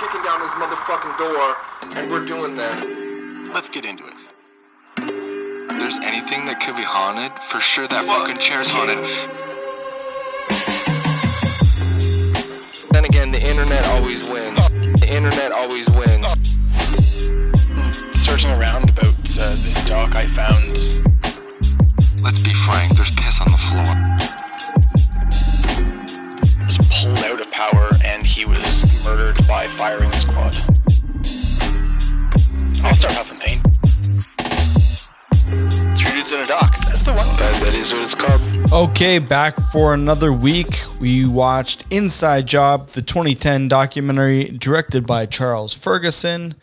kicking down this motherfucking door, and we're doing that. Let's get into it. If there's anything that could be haunted, for sure that fucking chair's haunted. Then again, the internet always wins. The internet always wins. searching around about uh, this dock, I found Let's be frank, there's piss on the floor. was pulled out of power, and he was murdered by firing squad. I'll start huffing paint. Three dudes in a dock. That's the one. That, that is what it's called. Okay, back for another week. We watched Inside Job, the 2010 documentary directed by Charles Ferguson.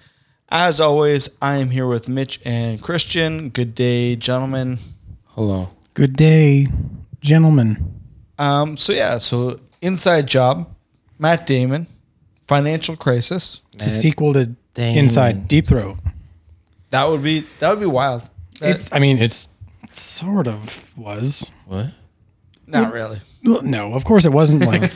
As always, I am here with Mitch and Christian. Good day, gentlemen. Hello. Good day, gentlemen. Um, so yeah, so Inside Job, Matt Damon, financial crisis. It's a sequel to Damon. Inside Deep Throat. That would be that would be wild. That- It's, I mean, it's sort of was. What? not really. Well, No, of course it wasn't like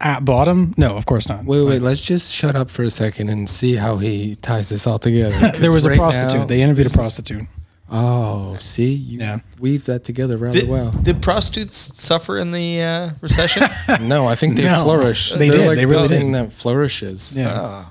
at bottom. No, of course not. Wait, wait. Let's just shut up for a second and see how he ties this all together. 'Cause There was a right prostitute. now- they interviewed a prostitute. Oh, see, you Yeah. weave that together rather Did, well. did prostitutes suffer in the uh, recession? No, I think they No. flourish. They They're did. Like They really the thing that flourishes. Yeah.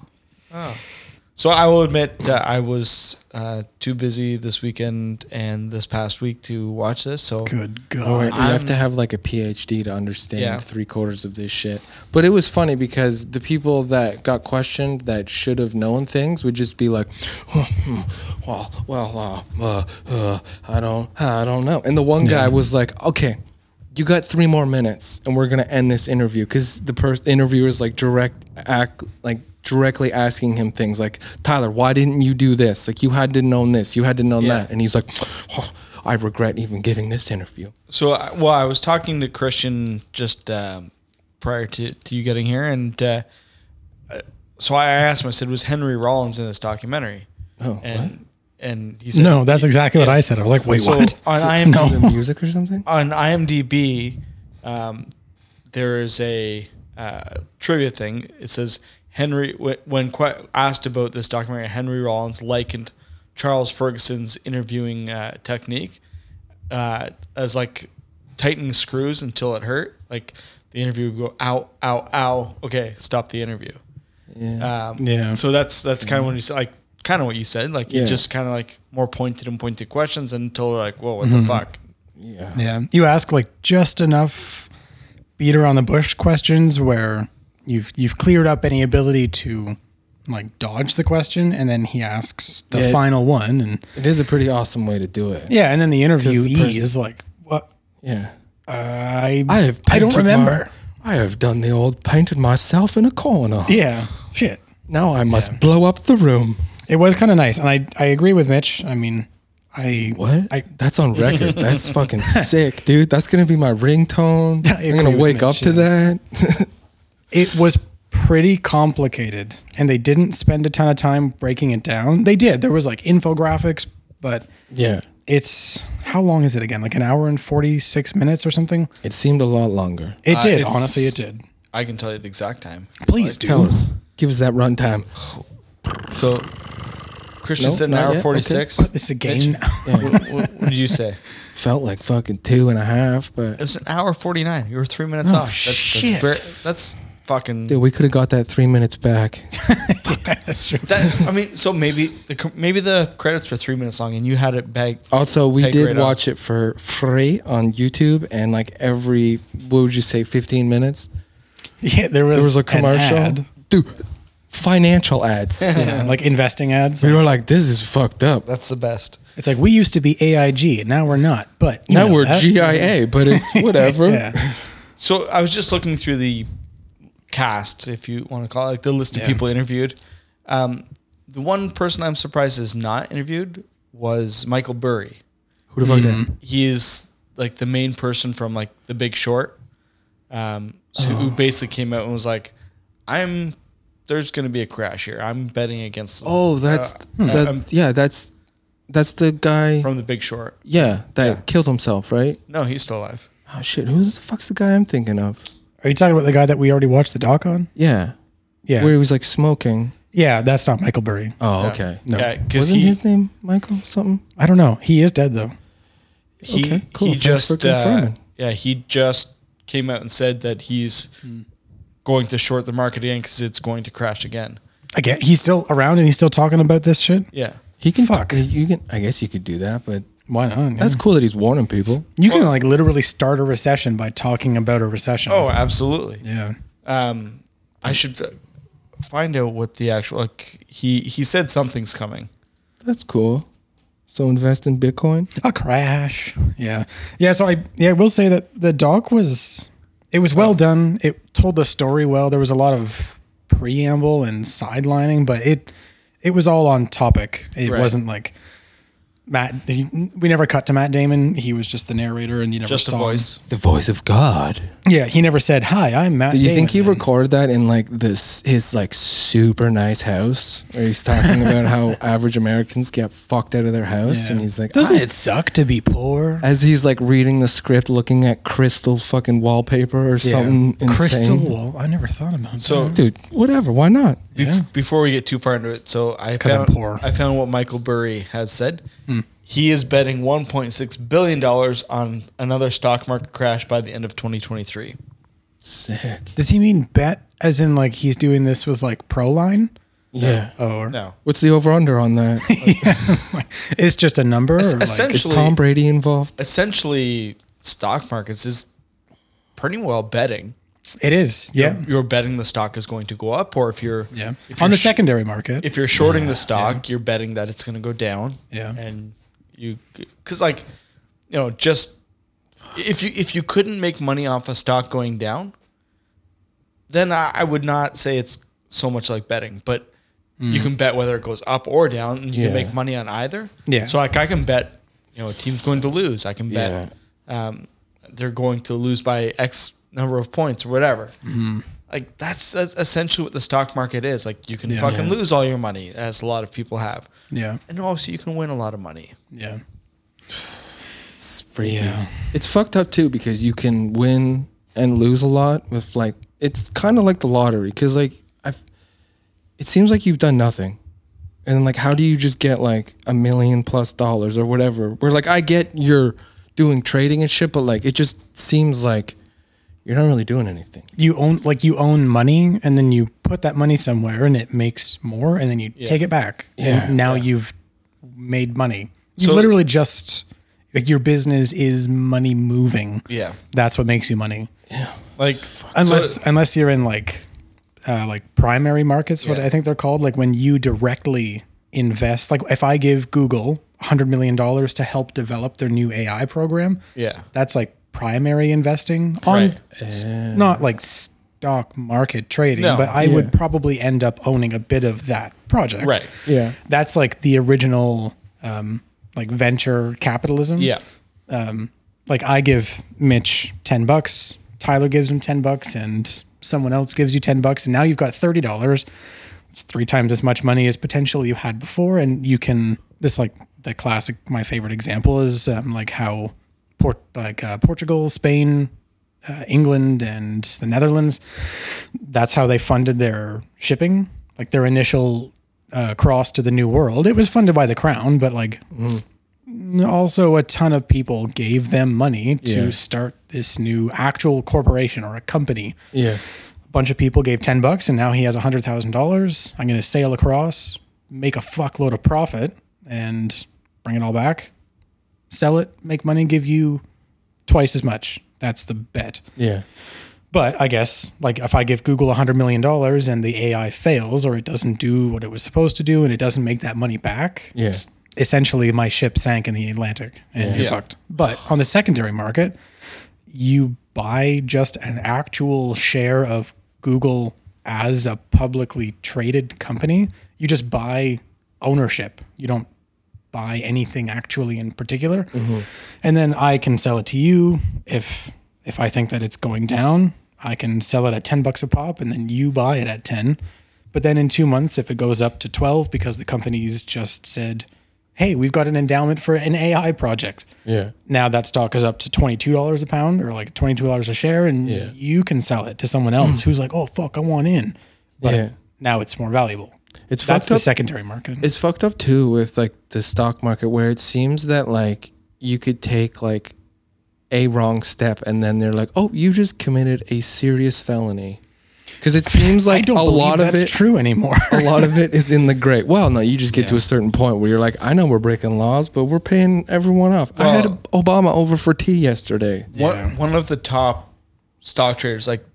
So I will admit uh, I was uh, too busy this weekend and this past week to watch this. So Good God. Or you have to have like a PhD to understand Yeah. three quarters of this shit. But it was funny because the people that got questioned that should have known things would just be like, "Huh, hmm, well, well, uh, uh, uh, I don't, I don't know. And the one guy was like, okay. You got three more minutes, and we're gonna end this interview because the per- interviewer is like direct act, like directly asking him things like, "Tyler, why didn't you do this? Like, you had to known this, you had to known that." And he's like, "Oh, "I regret even giving this interview." So, I- well, I was talking to Christian just um, prior to, to you getting here, and uh, uh, so I asked him. I said, "Was Henry Rollins in this documentary?" Oh, and and he said, no, that's exactly what I said. I was like, wait, So what? on IMDb, the music or something? on IMDb, um, there is a uh, trivia thing. It says Henry, wh- when que- asked about this documentary, Henry Rollins likened Charles Ferguson's interviewing uh, technique uh, as like tightening screws until it hurt. Like the interview would go ow, ow, ow. Okay, stop the interview. Yeah. Um, Yeah. So that's that's kind of what you said, like kind of what you said. Like you Yeah. just kind of like more pointed and pointed questions until like, whoa, what the fuck? Yeah. Yeah. You ask like just enough beat around the bush questions where you've you've cleared up any ability to like dodge the question and then he asks the Yeah. final one and It is a pretty awesome way to do it. yeah, and then the interviewee person- is like, "What? Yeah. I I have I don't painted my- remember." I have done the old painted myself in a corner. Yeah. Shit. Now I must blow up the room. It was kind of nice and I I agree with Mitch. I mean, I What? I That's on record. That's fucking sick, dude. That's gonna be my ringtone. I I'm agree gonna with wake Mitch, up to yeah. that. it was pretty complicated and they didn't spend a ton of time breaking it down. They did. There was like infographics, but Yeah. it's how long is it again? Like an hour and 46 minutes or something? It seemed a lot longer. It Uh, did. it's- Honestly, it did. I can tell you the exact time. Please do. Tell us. Give us that runtime. So, Christian No, said an not hour yet. Okay. forty six. But it's a game now. What, what did you say? Felt like fucking two and a half, It but was an hour forty nine. You were three minutes off. That's that's, shit. ver- that's fucking. Oh, dude, we could have got that three minutes back. That's true. That, I mean, so maybe the cr- maybe the credits were three minutes long, and you had it bagged. Also, we Hey, did great, uh, watch it for free on YouTube, and like every what would you say, fifteen minutes, Yeah, there was, there was a an commercial, ad. dude. Financial ads. Yeah, like investing ads. we were like, "This is fucked up." That's the best. It's like we used to be AIG, now we're not. But you now know we're that. GIA, but it's whatever. Yeah. So I was just looking through the cast, if you want to call it, like the list of Yeah. people interviewed. Um, the one person I'm surprised is not interviewed was Michael Burry. Mm. Who the fuck that? he is like the main person from like The Big Short, um, so Oh. who basically came out and was like, "I'm there's going to be a crash here. I'm betting against Oh, that's Uh, that. um, yeah, that's that's the guy. from The Big Short." yeah, that killed himself, right? No, he's still alive. Oh shit, who the fuck's the guy I'm thinking of? Are you talking about the guy that we already watched the doc on? Yeah, Yeah. where he was like smoking. yeah, that's not Michael Burry. Oh, okay. No. Yeah, because Wasn't he, his name Michael something? I don't know. He is dead though. he, Okay, cool. he Thanks for just uh, confirming. yeah he just came out and said that he's going to short the market again because it's going to crash again. Again, he's still around and he's still talking about this shit. Yeah, He can Fuck. You can. I guess you could do that, but Why not? yeah. that's cool that he's warning people. you can like literally start a recession by talking about a recession. Oh, absolutely. yeah. I should f- find out what the actual like, he he said something's coming. That's cool. So invest in Bitcoin. a crash. Yeah, yeah. So I yeah I will say that the doc was it was well done. It told the story well. There was a lot of preamble and sidelining, but it it was all on topic. It Right. wasn't like Matt. He, we never cut to Matt Damon. He was just the narrator, and you never Just a saw him. voice. The voice of God. Yeah, he never said hi. I'm Matt. Do you think he Damon," and- recorded that in like this his like super nice house? Where he's talking about how average Americans get fucked out of their house, and Yeah. he's like, Doesn't "I it suck to be poor? as he's like reading the script, looking at crystal fucking wallpaper or something insane. Crystal wall. I never thought about So that. Dude, whatever. Why not? bef- before we get too far into it, so I 'cause I'm found poor. I found what Michael Burry has said. Hmm. He is betting 1.6 billion dollars on another stock market crash by the end of 2023. Sick. Does he mean bet as in like he's doing this with like Proline? Yeah. Oh, or No, What's the over under on that? it's just a number. or, like- Is essentially, Tom Brady involved? essentially, stock markets is pretty well betting. it is. Yeah. You're betting the stock is going to go up, or if you're Yeah. if On you're the sh- secondary market. if you're shorting the stock, you're betting that it's going to go down. Yeah. and you because like you know just if you if you couldn't make money off a stock going down, then I, I would not say it's so much like betting, but Hmm. you can bet whether it goes up or down, and you can Yeah. make money on either. Yeah. So like I can bet, you know, a team's going to lose. I can bet Yeah. they're going to lose by X number of points or whatever. Mm-hmm. Like that's, that's essentially what the stock market is. Like you can Yeah. fucking lose all your money, as a lot of people have, yeah. and also you can win a lot of money. Yeah. It's freaky. Yeah. It's fucked up too because you can win and lose a lot with like it's kind of like the lottery because like I've it seems like you've done nothing. And then like how do you just get like a million plus dollars or whatever? Where like I get you're doing trading and shit, but like it just seems like you're not really doing anything. You own like you own money and then you put that money somewhere and it makes more and then you take it back. Yeah. And now you've made money. You've So- literally just like your business is money moving. Yeah. That's what makes you money. Like unless so- unless you're in like uh, like primary markets, what Yeah. I think they're called, like when you directly invest. Like if I give Google hundred million dollars to help develop their new AI program, Yeah. that's like primary investing on Right. s- not like stock market trading, No. but I Yeah. would probably end up owning a bit of that project. Right. Yeah. That's like the original um, like venture capitalism yeah, like I give Mitch 10 bucks, Tyler gives him 10 bucks, and someone else gives you 10 bucks, and now you've got $30. It's three times as much money as potentially you had before. And you can, this like the classic, my favorite example is um, like how Port, like uh, Portugal, Spain, uh, England, and the Netherlands, that's how they funded their shipping, like their initial uh, cross to the New World. It was funded by the crown, but like also a ton of people gave them money to Yeah. start this new actual corporation or a company. Yeah. A bunch of people gave 10 bucks and now he has $100,000. I'm going to sail across, make a fuckload of profit and bring it all back. Sell it, make money, give you twice as much. That's the bet. Yeah. But I guess like if I give Google $100 million and the AI fails or it doesn't do what it was supposed to do and it doesn't make that money back, Yeah. essentially my ship sank in the Atlantic and you're Yeah. fucked. But on the secondary market, you buy just an actual share of Google as a publicly traded company. You just buy ownership. You don't buy anything actually in particular. And then I can sell it to you if if I think that it's going down, I can sell it at 10 bucks a pop and then you buy it at 10. But then in 2 months if it goes up to 12 because the company's just said, "Hey, we've got an endowment for an AI project." Yeah. now that stock is up to $22 a pound or Hmm. like $22 a share and you can sell it to someone else who's like, "Oh fuck, I want in." But Yeah. now it's more valuable. It's That's fucked the up. secondary market. it's fucked up too with like the stock market where it seems that like you could take like a wrong step and then they're like, oh, you just committed a serious felony. Because it seems I like don't a believe lot of that's it, true anymore. a lot of it is in the gray. Well, no, you just get to a certain point where you're like, I know we're breaking laws, but we're paying everyone off. I had Obama over for tea yesterday. One, one of the top stock traders, like,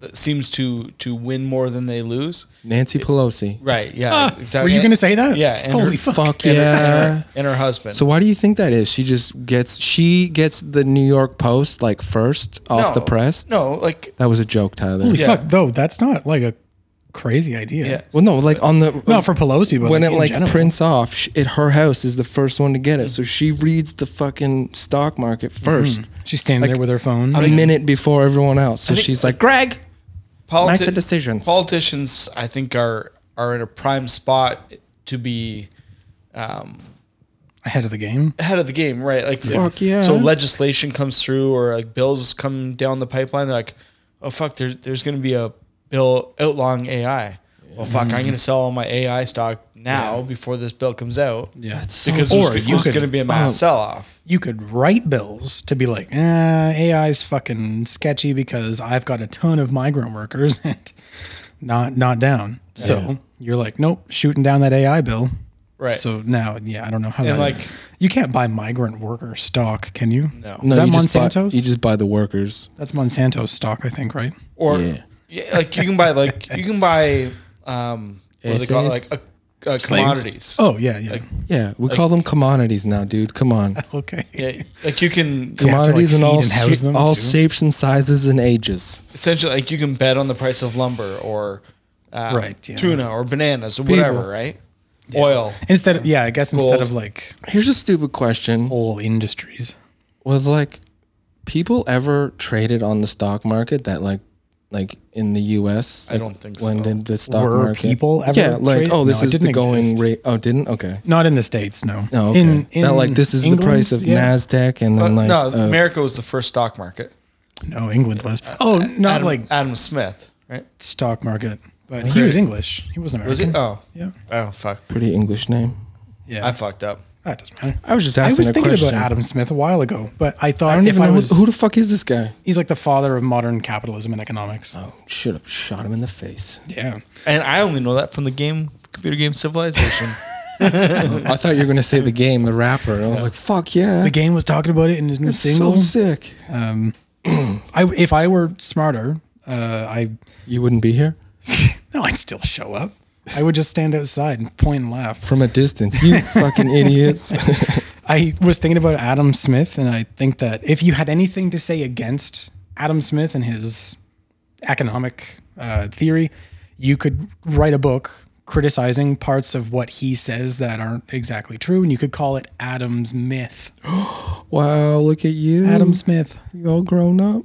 that seems to to win more than they lose. Nancy Pelosi. Right. Yeah. Were exactly. you going to say that? Yeah. And Holy her- fuck. Fuck and her- yeah. and her, and her husband. So why do you think that is? She just gets she gets the New York Post like first off the press. No, like that was a joke, Tyler. Holy Yeah. fuck. Though, that's not like a crazy idea. Yeah. Well, no, like on the Not for Pelosi, but when like, it in like general. Mm. prints off, sh it her house is the first one to get it, so she reads the fucking stock market 1st She's standing there with her phone. a minute before everyone else. So think- she's like, Greg, politi- Make the decisions. Politicians, I think, are are in a prime spot to be ahead of the game. ahead of the game, right? Like, Fuck yeah. So legislation comes through, or like bills come down the pipeline. They're like, oh fuck, there's there's going to be a bill outlawing AI. Well, fuck, I'm going to sell all my AI stock now before this bill comes out. Yeah, so because Or there's, you there's could- going to be a Oh. mass sell off. You could write bills to be like, eh, AI's fucking sketchy because I've got a ton of migrant workers and not not down. So you're like, nope, shooting down that AI bill. Right. So now, yeah, I don't know how. And that- like- you can't buy migrant worker stock, can you? No. Is no, that you just, buy, Monsanto's? you just buy the workers. That's Monsanto's stock, I think, right? or Yeah. yeah, like you can buy like you can buy um what do they call it? SS? like a, uh commodities. Oh yeah, yeah. Yeah, we call them commodities now, dude. Come on, okay. Yeah, like you can on. commodities like, in all feed and house sh- them, all too. shapes and sizes and ages. essentially like you can bet on the price of lumber or uh, Right, yeah. tuna or bananas or whatever, People. right? Oil. Instead of yeah, I guess instead Gold. of like Here's a stupid question: whole industries. Was like people ever traded on the stock market that like like in the U.S. I Like, don't think when so. did the stock Were market people ever yeah like traded? oh this No, it is the didn't going exist. rate oh didn't okay Not in the states, no. no Oh, okay In, Not like this is the price of yeah. Nasdaq and But then like no, uh, America was the first stock market. No, England was. Oh, not Adam, like Adam Smith, right? stock market, but he was English. He wasn't American. Was it? Oh, Yeah. oh fuck, pretty English name Yeah. I fucked up. that doesn't matter. I was just I asking was a thinking question about Adam Smith a while ago, but I thought I don't if even I know was, who, who the fuck is this guy he's like the father of modern capitalism and economics. oh should have shot him in the face Yeah. And I only know that from the game, computer game Civilization. I thought you were gonna say the game the rapper and I was like fuck yeah The game was talking about it in his new That's so single. sick I, if I were smarter, uh, I you wouldn't be here no, I'd still show up. I would just stand outside and point and laugh. from a distance you fucking idiots I was thinking about Adam Smith, and I think that if you had anything to say against Adam Smith and his economic uh, theory, you could write a book criticizing parts of what he says that aren't exactly true, and you could call it Adam's myth. wow look at you Adam Smith, you all grown up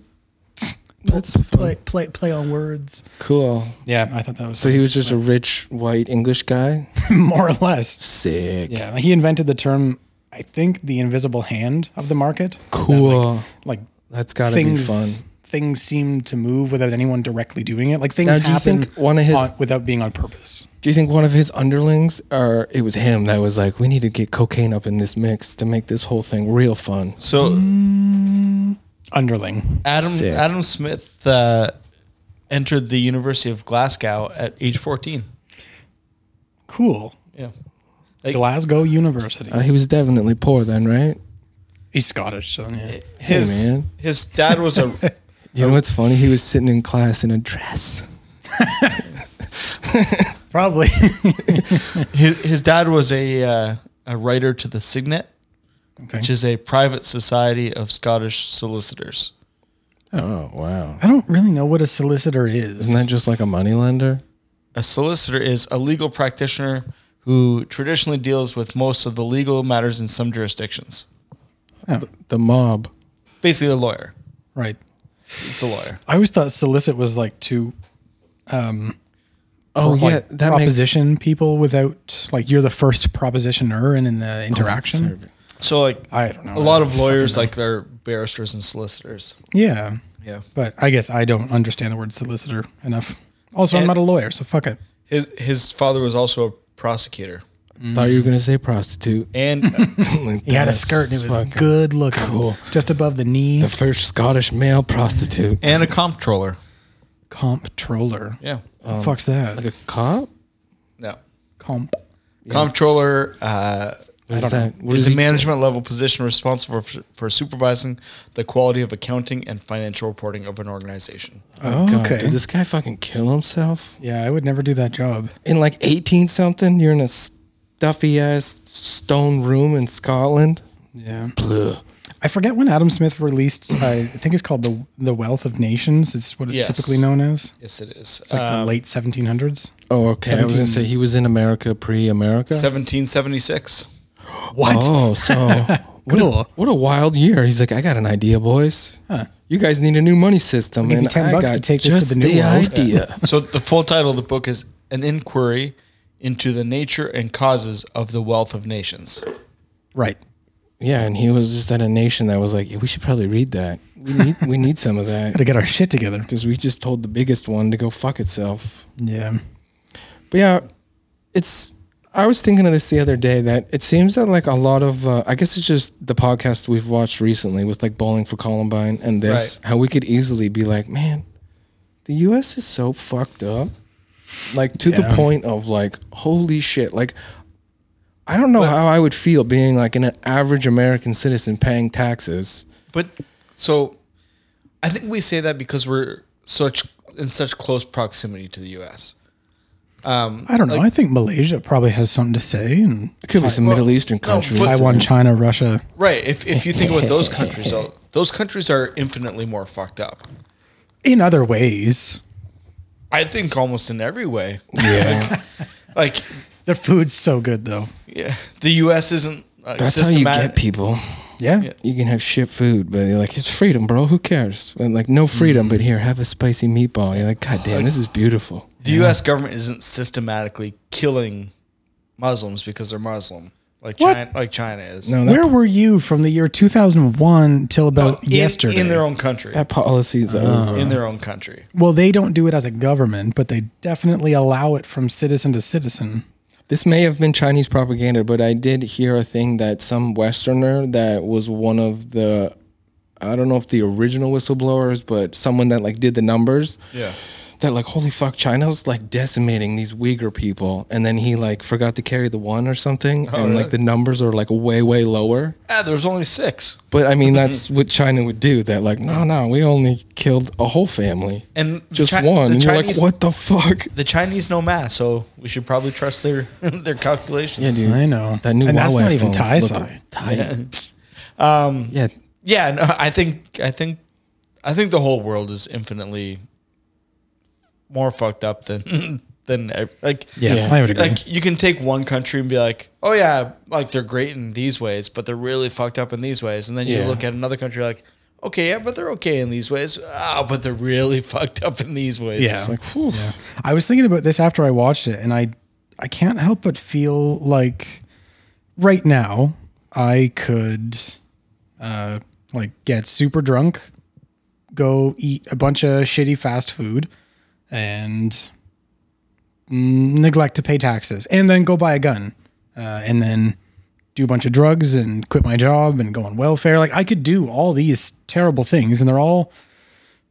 that's play fun. play play on words. cool Yeah, I thought that was So he was just a rich white English guy. more or less. Sick. Yeah, he invented the term. I think the invisible hand of the market. Cool. Like That's gotta be things fun. things seem to move without anyone directly doing it. Like things Now, do you happen think one of his- on- without being on purpose. Do you think one of his underlings, or it was him that was like, "We need to get cocaine up in this mix to make this whole thing real fun"? so Mm-hmm. Underling. Adam Sick. Adam Smith uh, entered the University of Glasgow at age 14. Cool. Yeah. Glasgow University. Uh, he was definitely poor then, right? He's Scottish, so yeah. His man. his dad was a You know what's funny? He was sitting in class in a dress. probably. his, his dad was a uh, a writer to the Signet, okay. which is a private society of Scottish solicitors. Oh wow! I don't really know what a solicitor is. Isn't that just like a moneylender? A solicitor is a legal practitioner who traditionally deals with most of the legal matters in some jurisdictions. The mob. Basically, a lawyer. right? It's a lawyer. I always thought solicit was like to Oh like, yeah, that makes proposition people without like you're the first propositioner in Oh, an uh, interaction. So like I don't know. a lot of lawyers like they're barristers and solicitors. Yeah. Yeah. But I guess I don't understand the word solicitor enough. Also, I'm And- not a lawyer, so fuck it. His his father was also a prosecutor, Thought you were gonna say prostitute. and Like, He had a that's skirt and it was fucking- good looking. cool. Just above the knee. The first Scottish male prostitute. and a comptroller. comptroller. Yeah, The fuck's that? Like a cop? no. comp. Comptroller uh, What is that? What is is a he- management level position responsible for, for supervising the quality of accounting and financial reporting of an organization. Oh, God, okay. Did this guy fucking kill himself? yeah, I would never do that job. In like 18 something, you're in a stuffy ass stone room in Scotland. Yeah. Bleh. I forget when Adam Smith released. I think it's called the the Wealth of Nations. It's what it's Yes. typically known as. Yes, it is. Uh, It's like the late 1700s. Oh, okay. I was gonna say he was in America pre-America. 1776. What? Oh, so what, a, Cool. what a wild year. He's like, I got an idea, boys. You guys need a new money system, give you and 10 I bucks got to take this to just the new the world." idea. So the full title of the book is An Inquiry into the Nature and Causes of the Wealth of Nations. Right. yeah, and he was just at a nation that was like, yeah, we should probably read that. We need we need some of that To get our shit together. because we just told the biggest one to go fuck itself. Yeah. But yeah, it's. I was thinking of this the other day that it seems that like a lot of uh, I guess it's just the podcast we've watched recently with like Bowling for Columbine and this how we could easily be like, man, the U.S. is so fucked up, like to the Yeah. point of like, holy shit, like. I don't know how I would feel being like an average American citizen paying taxes. But so I think we say that because we're such in such close proximity to the US. I don't know. I think Malaysia probably has something to say, and It could be some Middle Eastern countries. but- Taiwan, China, Russia. Right. If, if you think about those countries, though, those countries are infinitely more fucked up. In other ways, I think almost in every way. yeah, Like, their food's so good though. yeah, the US isn't. uh, Like, that's how you systematic. get people. Yeah. you can have shit food, but you're like, it's freedom, bro. Who cares? And like, no freedom, but here, have a spicy meatball. You're like, God damn, this is beautiful. The US government isn't systematically killing Muslims because they're Muslim. Like What? China, like China is. No, that, Where were you from the year 2001 till about in, yesterday? in their own country. that policy is over. in their own country. Well, they don't do it as a government, but they definitely allow it from citizen to citizen. This may have been Chinese propaganda, but I did hear a thing that some Westerner that was one of the, I don't know if the original whistleblowers, but someone that like did the numbers. Yeah. That like holy fuck, China's like decimating these Uyghur people, and then he like forgot to carry the one or something, and like the numbers are like way way lower. Ah, there was only six. But I Mm-hmm. mean, that's what China would do. That like, no, no, we only killed a whole family And the just Chi- one. the and you're Chinese- like, what the fuck? The Chinese know math, so we should probably trust their their calculations. Yeah, dude. I know. That new and Huawei that's not even phone's Thai looking side. tight. um, yeah, no, I think I think I think the whole world is infinitely more fucked up than than ev- like Yeah, Yeah. I would agree. Like you can take one country and be like, oh yeah, like they're great in these ways, but they're really fucked up in these ways. And then you Yeah. look at another country like, okay, yeah, but they're okay in these ways. Ah, but they're really fucked up in these ways. Yeah. it's like, whew. I was thinking about this after I watched it, and I I can't help but feel like right now I could uh, like get super drunk, go eat a bunch of shitty fast food, and mm, neglect to pay taxes, and then go buy a gun, uh, and then do a bunch of drugs and quit my job and go on welfare. Like I could do all these terrible things, and they're all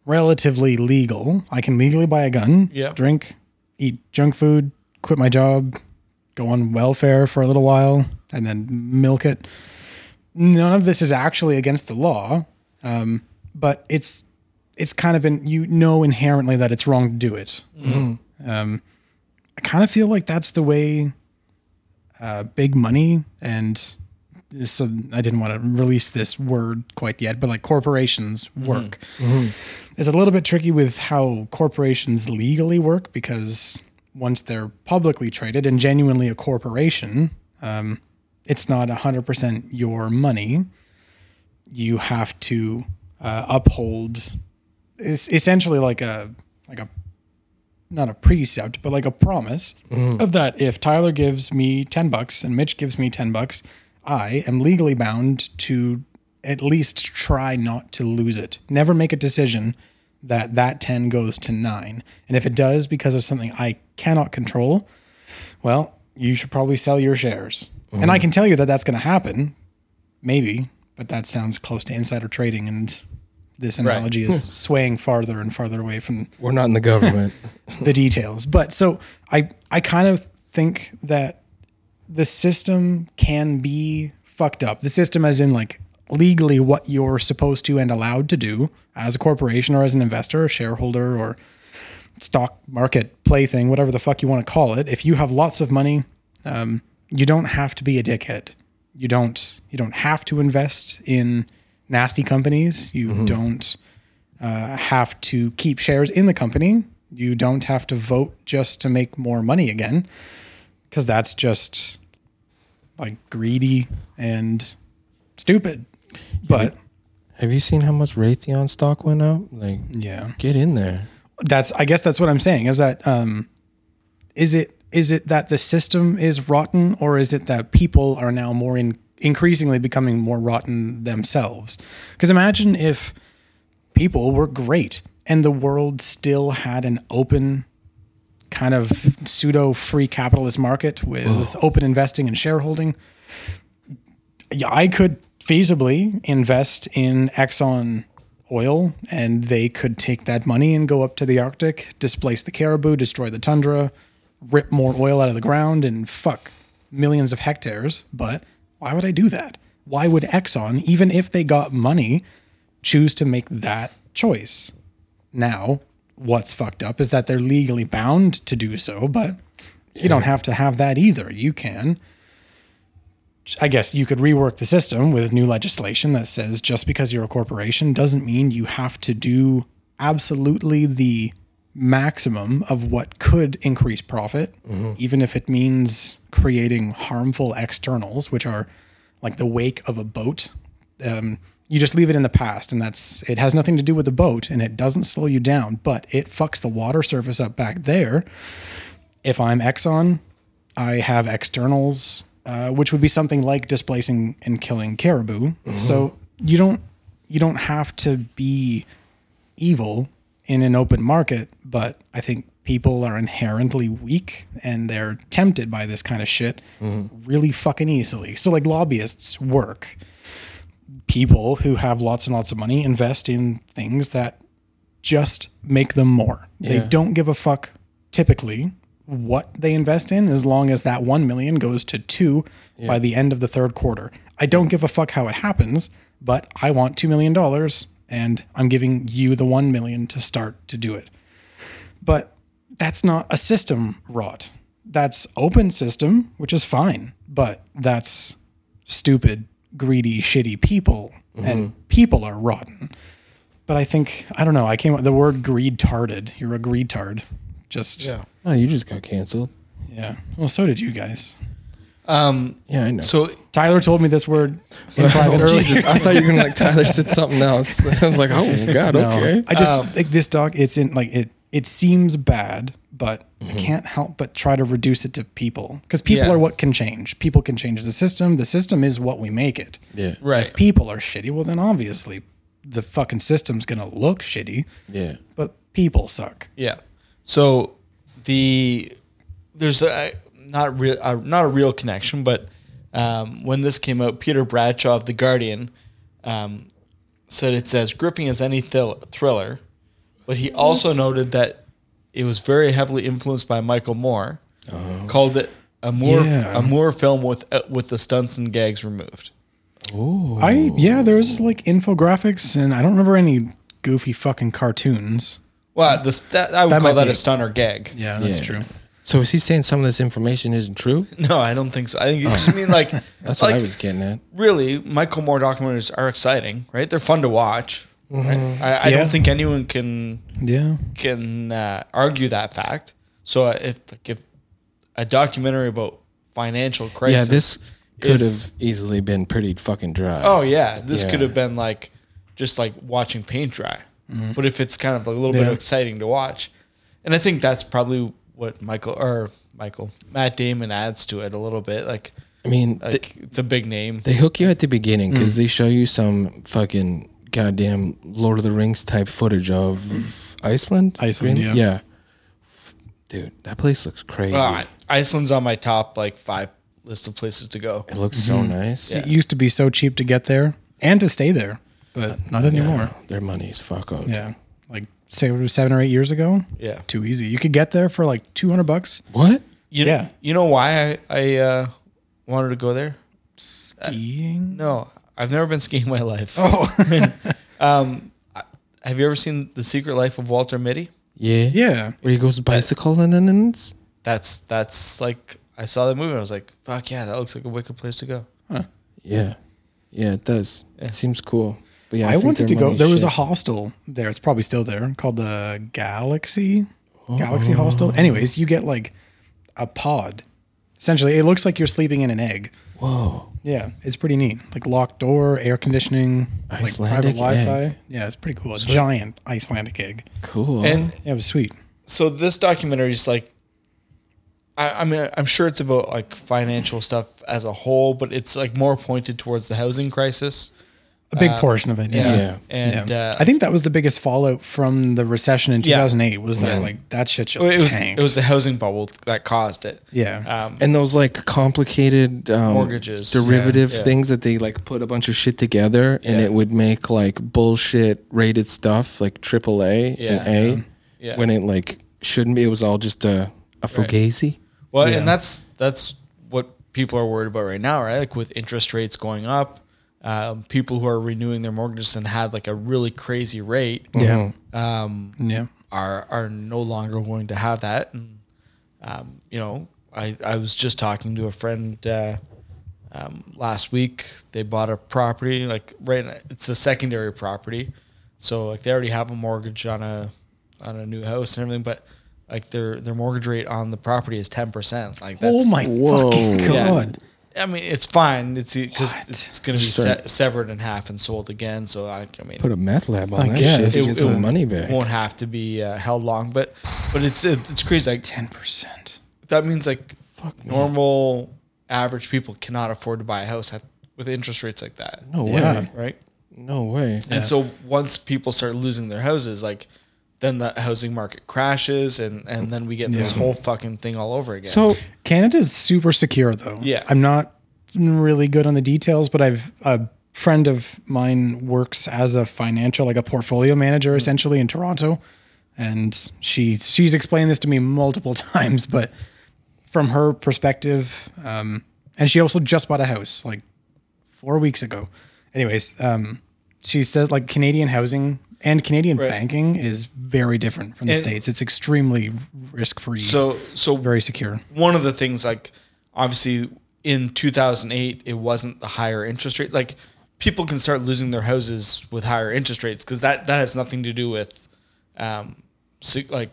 relatively legal. I can legally buy a gun, Yeah. drink, eat junk food, quit my job, go on welfare for a little while, and then milk it. None of this is actually against the law, um, but it's it's kind of in you know inherently that it's wrong to do it. Um, I kind of feel like that's the way uh, big money and so I didn't want to release this word quite yet, but like corporations work. It's a little bit tricky with how corporations legally work because once they're publicly traded and genuinely a corporation, um, it's not 100% your money. You have to uh, uphold it's essentially like a like a not a precept, but like a promise of that if Tyler gives me 10 bucks and Mitch gives me 10 bucks, I am legally bound to at least try not to lose it. Never make a decision that that 10 goes to 9. And if it does because of something I cannot control, well, you should probably sell your shares. And I can tell you that that's going to happen, maybe, but that sounds close to insider trading and this analogy is swaying farther and farther away from We're not in the government. the details. But so I I kind of think that the system can be fucked up. The system as in like legally what you're supposed to and allowed to do as a corporation or as an investor or shareholder or stock market play thing, whatever the fuck you want to call it. If you have lots of money, um, you don't have to be a dickhead. You don't you don't have to invest in nasty companies. You don't have to keep shares in the company. You don't have to vote just to make more money again, because that's just like greedy and stupid. But Have you seen how much Raytheon stock went up? Like, yeah, get in there. that's I guess that's what I'm saying is that um, is it is it that the system is rotten or is it that people are now more in increasingly becoming more rotten themselves? Because imagine if people were great and the world still had an open kind of pseudo free capitalist market with open investing and shareholding. Yeah, I could feasibly invest in Exxon oil and they could take that money and go up to the Arctic, displace the caribou, destroy the tundra, rip more oil out of the ground and fuck millions of hectares. But why would I do that? Why would Exxon, even if they got money, choose to make that choice? Now, what's fucked up is that they're legally bound to do so, but you don't have to have that either. You can. I guess you could rework the system with new legislation that says just because you're a corporation doesn't mean you have to do absolutely the maximum of what could increase profit, even if it means creating harmful externals, which are like the wake of a boat. Um, you just leave it in the past, and that's it has nothing to do with the boat, and it doesn't slow you down, but it fucks the water surface up back there. If I'm Exxon, I have externals, uh, which would be something like displacing and killing caribou. So you don't you don't have to be evil in an open market, but I think people are inherently weak and they're tempted by this kind of shit really fucking easily. So like lobbyists work. People who have lots and lots of money invest in things that just make them more. They Yeah. don't give a fuck typically what they invest in as long as that 1 million goes to 2 by the end of the third quarter. I don't give a fuck how it happens, but I want 2 million dollars and I'm giving you the 1 million to start to do it. But that's not a system rot. That's open system, which is fine, but that's stupid, greedy, shitty people and people are rotten but I think I don't know. I came up the word greed tarded. You're a greed tard. Just yeah. Oh, you just got canceled. Well, so did you guys. Yeah, I know. So Tyler told me this word in Oh, private earlier. Jesus, I thought you were gonna like Tyler said something else. I was like, oh God, okay. Um, I just like this dog. It's in like it. It seems bad, but I can't help but try to reduce it to people because people Mm-hmm. Yeah. are what can change. People can change the system. The system is what we make it. Yeah, right, If people are shitty, well then obviously the fucking system's gonna look shitty. yeah. But people suck. yeah. So the there's a not real a, not a real connection, but um, when this came out, Peter Bradshaw of the Guardian um, said it's as gripping as any thil- thriller, but he also noted that it was very heavily influenced by Michael Moore, called it a Moore Yeah. a Moore film with uh, with the stunts and gags removed. I yeah, there was like infographics, and I don't remember any goofy fucking cartoons. Well, this that, I would That call might that be- a stunt or gag. Yeah, that's Yeah. true. So is he saying some of this information isn't true? No, I don't think so. I think you just mean like That's like, what I was getting at. really, Michael Moore documentaries are exciting, right? They're fun to watch. right? Mm-hmm. I, I Yeah. don't think anyone can Yeah, can uh, argue that fact. So uh, if like if a documentary about financial Yeah, crisis, this could is- have easily been pretty fucking dry. oh yeah, this could Yeah. have been like just like watching paint dry. Mm-hmm. But if it's kind of a little Yeah. bit exciting to watch, and I think that's probably what Michael or Michael Matt Damon adds to it a little bit. Like I mean, like it's a big name. mm. they, they hook you at the beginning because they show you some fucking goddamn Lord of the Rings type footage of Iceland. Mm. Iceland, Green- yeah. Dude, that place looks crazy. Uh, Iceland's on my top like five list of places to go. It looks so Mm-hmm. nice. It used to be so cheap to get there and to stay there, but not anymore. Oh, Their money's fuck out. Yeah. Like say it was seven or eight years ago. Yeah. Too easy. You could get there for like 200 bucks. What? You Yeah. you know why I, I uh, wanted to go there? Skiing. No, I've never been skiing in my life. Oh. um, I- have you ever seen The Secret Life of Walter Mitty? Yeah. Yeah. Where he goes bicycle and then it's That's that's like I saw that movie. and I was like, fuck yeah, that looks like a wicked place to go. Yeah. Yeah, it does. It seems cool. But yeah, I, think wanted their to go. money's There was a shit. hostel there. It's probably still there called the Galaxy Galaxy Hostel. Anyways, you get like a pod. Essentially, it looks like you're sleeping in an egg. Whoa. Yeah, it's pretty neat. Like locked door, air conditioning, Icelandic like private Wi-Fi. egg. Yeah, it's pretty cool. A giant Icelandic egg. Cool. And Yeah, it was sweet. so this documentary is like I, I mean i'm sure it's about like financial stuff as a whole but it's like more pointed towards the housing crisis A big portion of it. Yeah. Yeah. and Yeah. uh, I think that was the biggest fallout from the recession in Yeah. 2008 was that like that shit just it was tanked. it was the housing bubble that caused it yeah. um, and those like complicated um, Mortgages. derivative Yeah, yeah. things that they like put a bunch of shit together and Yeah. it would make like bullshit rated stuff like AAA Yeah, and A yeah. when it like shouldn't be. It was all just a a fugazi. well and that's that's what people are worried about right now right like with interest rates going up um, people who are renewing their mortgages and had like a really crazy rate yeah. Um, yeah. are are no longer going to have that. And um, you know, I I was just talking to a friend uh, um, last week. They bought a property like right. It's a secondary property, so like they already have a mortgage on a on a new house and everything, but. Like their their mortgage rate on the property is ten percent. Like that's, Oh my fucking Yeah. god. I mean, it's fine. It's because it's going to be Sorry. se- severed in half and sold again. So I, I mean, Put a meth lab on I that guess. shit. It- Get it some money back. won't have to be uh, held long, but but it's it's crazy. Like Ten percent. that means like normal average people cannot afford to buy a house at, with interest rates like that No way. Yeah. right No way. and so once people start losing their houses like then the housing market crashes and and then we get this whole fucking thing all over again So Canada's super secure though. Yeah. I'm not really good on the details, but I've a friend of mine works as a financial, like a portfolio Mm. manager essentially in Toronto. And she she's explained this to me multiple times, but from her perspective, um, and she also just bought a house like four weeks ago. Anyways, um, she says like Canadian housing and Canadian banking is very different from the And- states. It's extremely risk free. so so very secure. one of the things like obviously in 2008 it wasn't the higher interest rate like people can start losing their houses with higher interest rates because that that has nothing to do with um se- like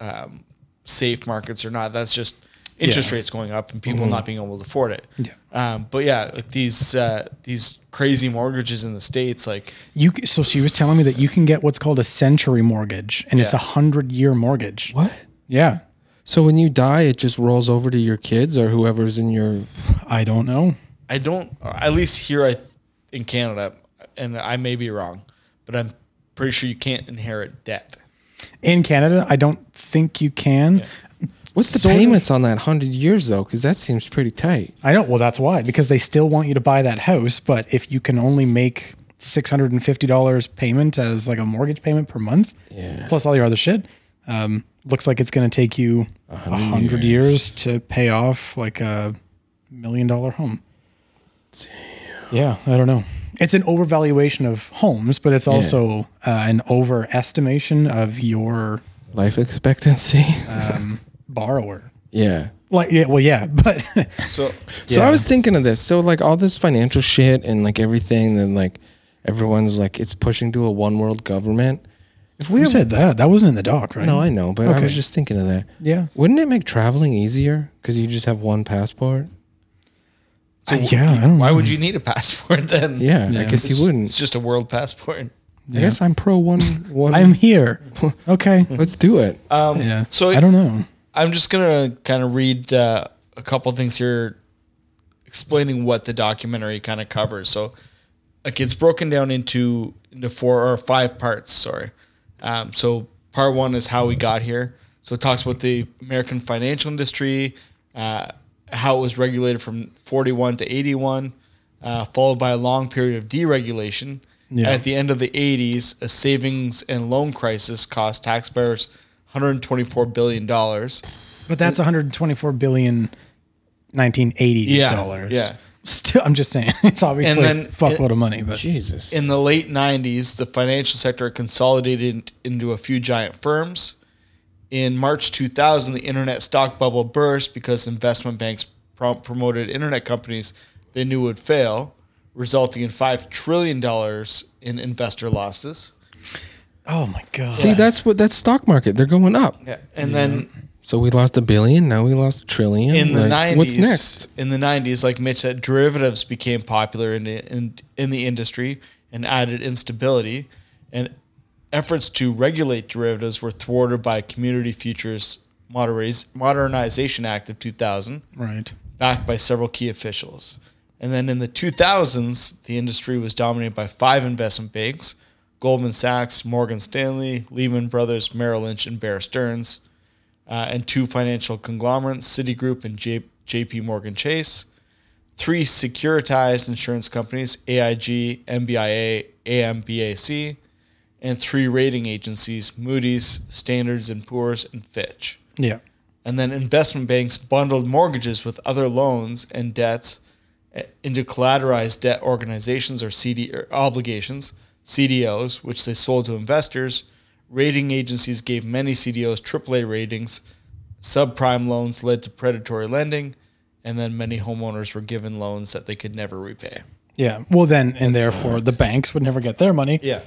um safe markets or not that's just interest rates going up and people not being able to afford it yeah um but yeah like these uh these crazy mortgages in the states like You c- so she was telling me that you can get what's called a century mortgage, and it's a Yeah. hundred year mortgage. what? Yeah, So when you die, it just rolls over to your kids or whoever's in your. I don't know. I don't, or at least here I, th- in Canada, and I may be wrong, but I'm pretty sure you can't inherit debt. In Canada, I don't think you can. What's the Sort of- payments on that hundred years though? Because that seems pretty tight. I know. Well, that's why because they still want you to buy that house, but if you can only make six hundred and fifty dollars payment as like a mortgage payment per month, plus all your other shit, um, looks like it's going to take you a hundred years to pay off like a million dollar home. Yeah, I don't know. It's an overvaluation of homes, but it's also uh, an overestimation of your Life expectancy. Uh, borrower. yeah. Like, yeah, well, yeah, but So, So I was thinking of this. So like all this financial shit and like everything, then like everyone's like it's pushing to a one world government. If we you have said that that wasn't in the doc, right? no, I know, but I Okay. was just thinking of that. Yeah. Wouldn't it make traveling easier because you just have one passport? Uh, yeah, I don't why know. would you need a passport then? Yeah, I guess you wouldn't. It's just a world passport. I guess I'm pro one. One. I'm here. Okay. let's do it. Um, Yeah. So I don't know. I'm just gonna kind of read uh, a couple things here, explaining what the documentary kind of covers. So, like it's broken down into into four or five parts. Sorry. Um, so part one is how we got here. So it talks about the American financial industry, uh, how it was regulated from 41 to 81, uh, followed by a long period of deregulation. Yeah. At the end of the 80s, a savings and loan crisis cost taxpayers 124 billion dollars. But that's 124 billion 1980s Yeah, dollars. yeah. Still, I'm just saying it's obviously And then- a fuckload of money, but Jesus. In the late 90s, the financial sector consolidated into a few giant firms. In March 2000, the internet stock bubble burst because investment banks prom- promoted internet companies they knew would fail, resulting in $5 trillion in investor losses. oh my god. See, that's what that's stock market. They're going up. Yeah. And then So we lost a billion. Now we lost a trillion. in the Like, 90s, What's next? In the 90s, like Mitch said, derivatives became popular in the, in, in the industry and added instability. And efforts to regulate derivatives were thwarted by Community Futures Moderis- Modernization Act of 2000, right. backed by several key officials. And then in the 2000s, the industry was dominated by five investment banks Goldman Sachs, Morgan Stanley, Lehman Brothers, Merrill Lynch, and Bear Stearns uh, and two financial conglomerates, Citigroup and J- JP Morgan Chase, three securitized insurance companies, AIG, MBIA, AMBAC, and three rating agencies, Moody's, Standards and Poor's, and Fitch. Yeah. And then investment banks bundled mortgages with other loans and debts eh, into collateralized debt organizations or CD or obligations, CDOs, which they sold to investors. Rating agencies gave many CDOs AAA ratings. Subprime loans led to predatory lending, and then many homeowners were given loans that they could never repay. Yeah. Well, then, and therefore, the banks would never get their money. Yeah.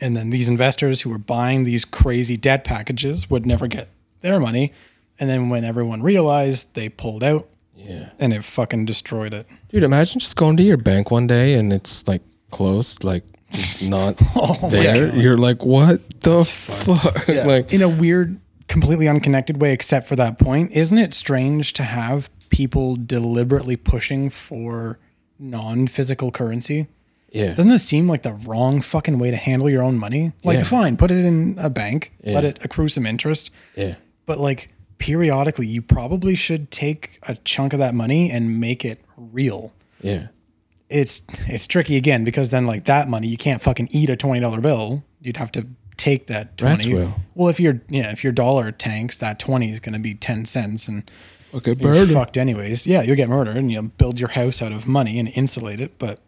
And then these investors who were buying these crazy debt packages would never get their money. And then when everyone realized, they pulled out. Yeah. And it fucking destroyed it. Dude, imagine just going to your bank one day and it's like closed, like just not Oh there. You're like, what the fuck? like, In a weird, completely unconnected way, except for that point, isn't it strange to have people deliberately pushing for non physical currency? yeah. Doesn't this seem like the wrong fucking way to handle your own money? Like, Yeah. fine, put it in a bank, let it accrue some interest. Yeah. But like, periodically, you probably should take a chunk of that money and make it real. Yeah. It's it's tricky again because then like that money you can't fucking eat a twenty dollar bill. You'd have to take that Rats twenty. will. Well, if your yeah if your dollar tanks, that twenty is going to be ten cents and Okay, you're bird. fucked anyways. Yeah, you'll get murdered and you'll build your house out of money and insulate it. But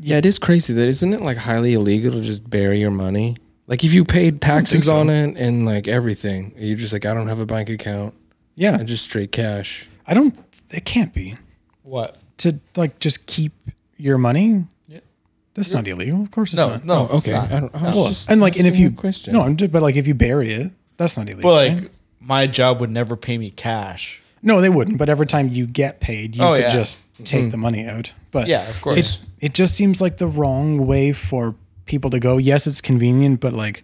Yeah, it is crazy that isn't it like highly illegal to just bury your money? Like if you paid taxes on it and like everything, you're just like, I don't have a bank account. yeah, I just straight cash. I don't. It can't be. What? to like just keep your money. That's not illegal. Of course it's No, not. no. Okay, I don't. I was just And like, and if asking you a question, no, I'm ju- but like if you bury it, that's not illegal. But right? like, my job would never pay me cash. no, they wouldn't. But every time you get paid, you Oh, could yeah. just take the money out. But Yeah, of course. it's it just seems like the wrong way for people to go. Yes, it's convenient, but like.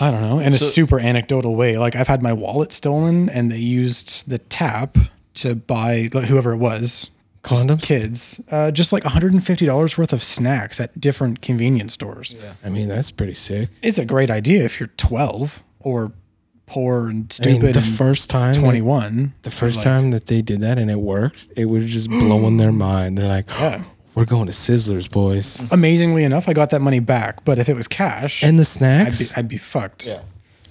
I don't know, in a super anecdotal way. Like I've had my wallet stolen, and they used the tap to buy like, whoever it was just condoms. kids, uh, just like $150 worth of snacks at different convenience stores. I mean, that's pretty sick. It's a great idea if you're 12 or poor and I mean, stupid. the and first time, that- 21. the first time that they did that and it worked, it would have just blown their mind. They're like, "We're going to Sizzlers, boys!" Amazingly enough, I got that money back. But if it was cash, And the I'd, be, snacks? I'd be fucked. Yeah.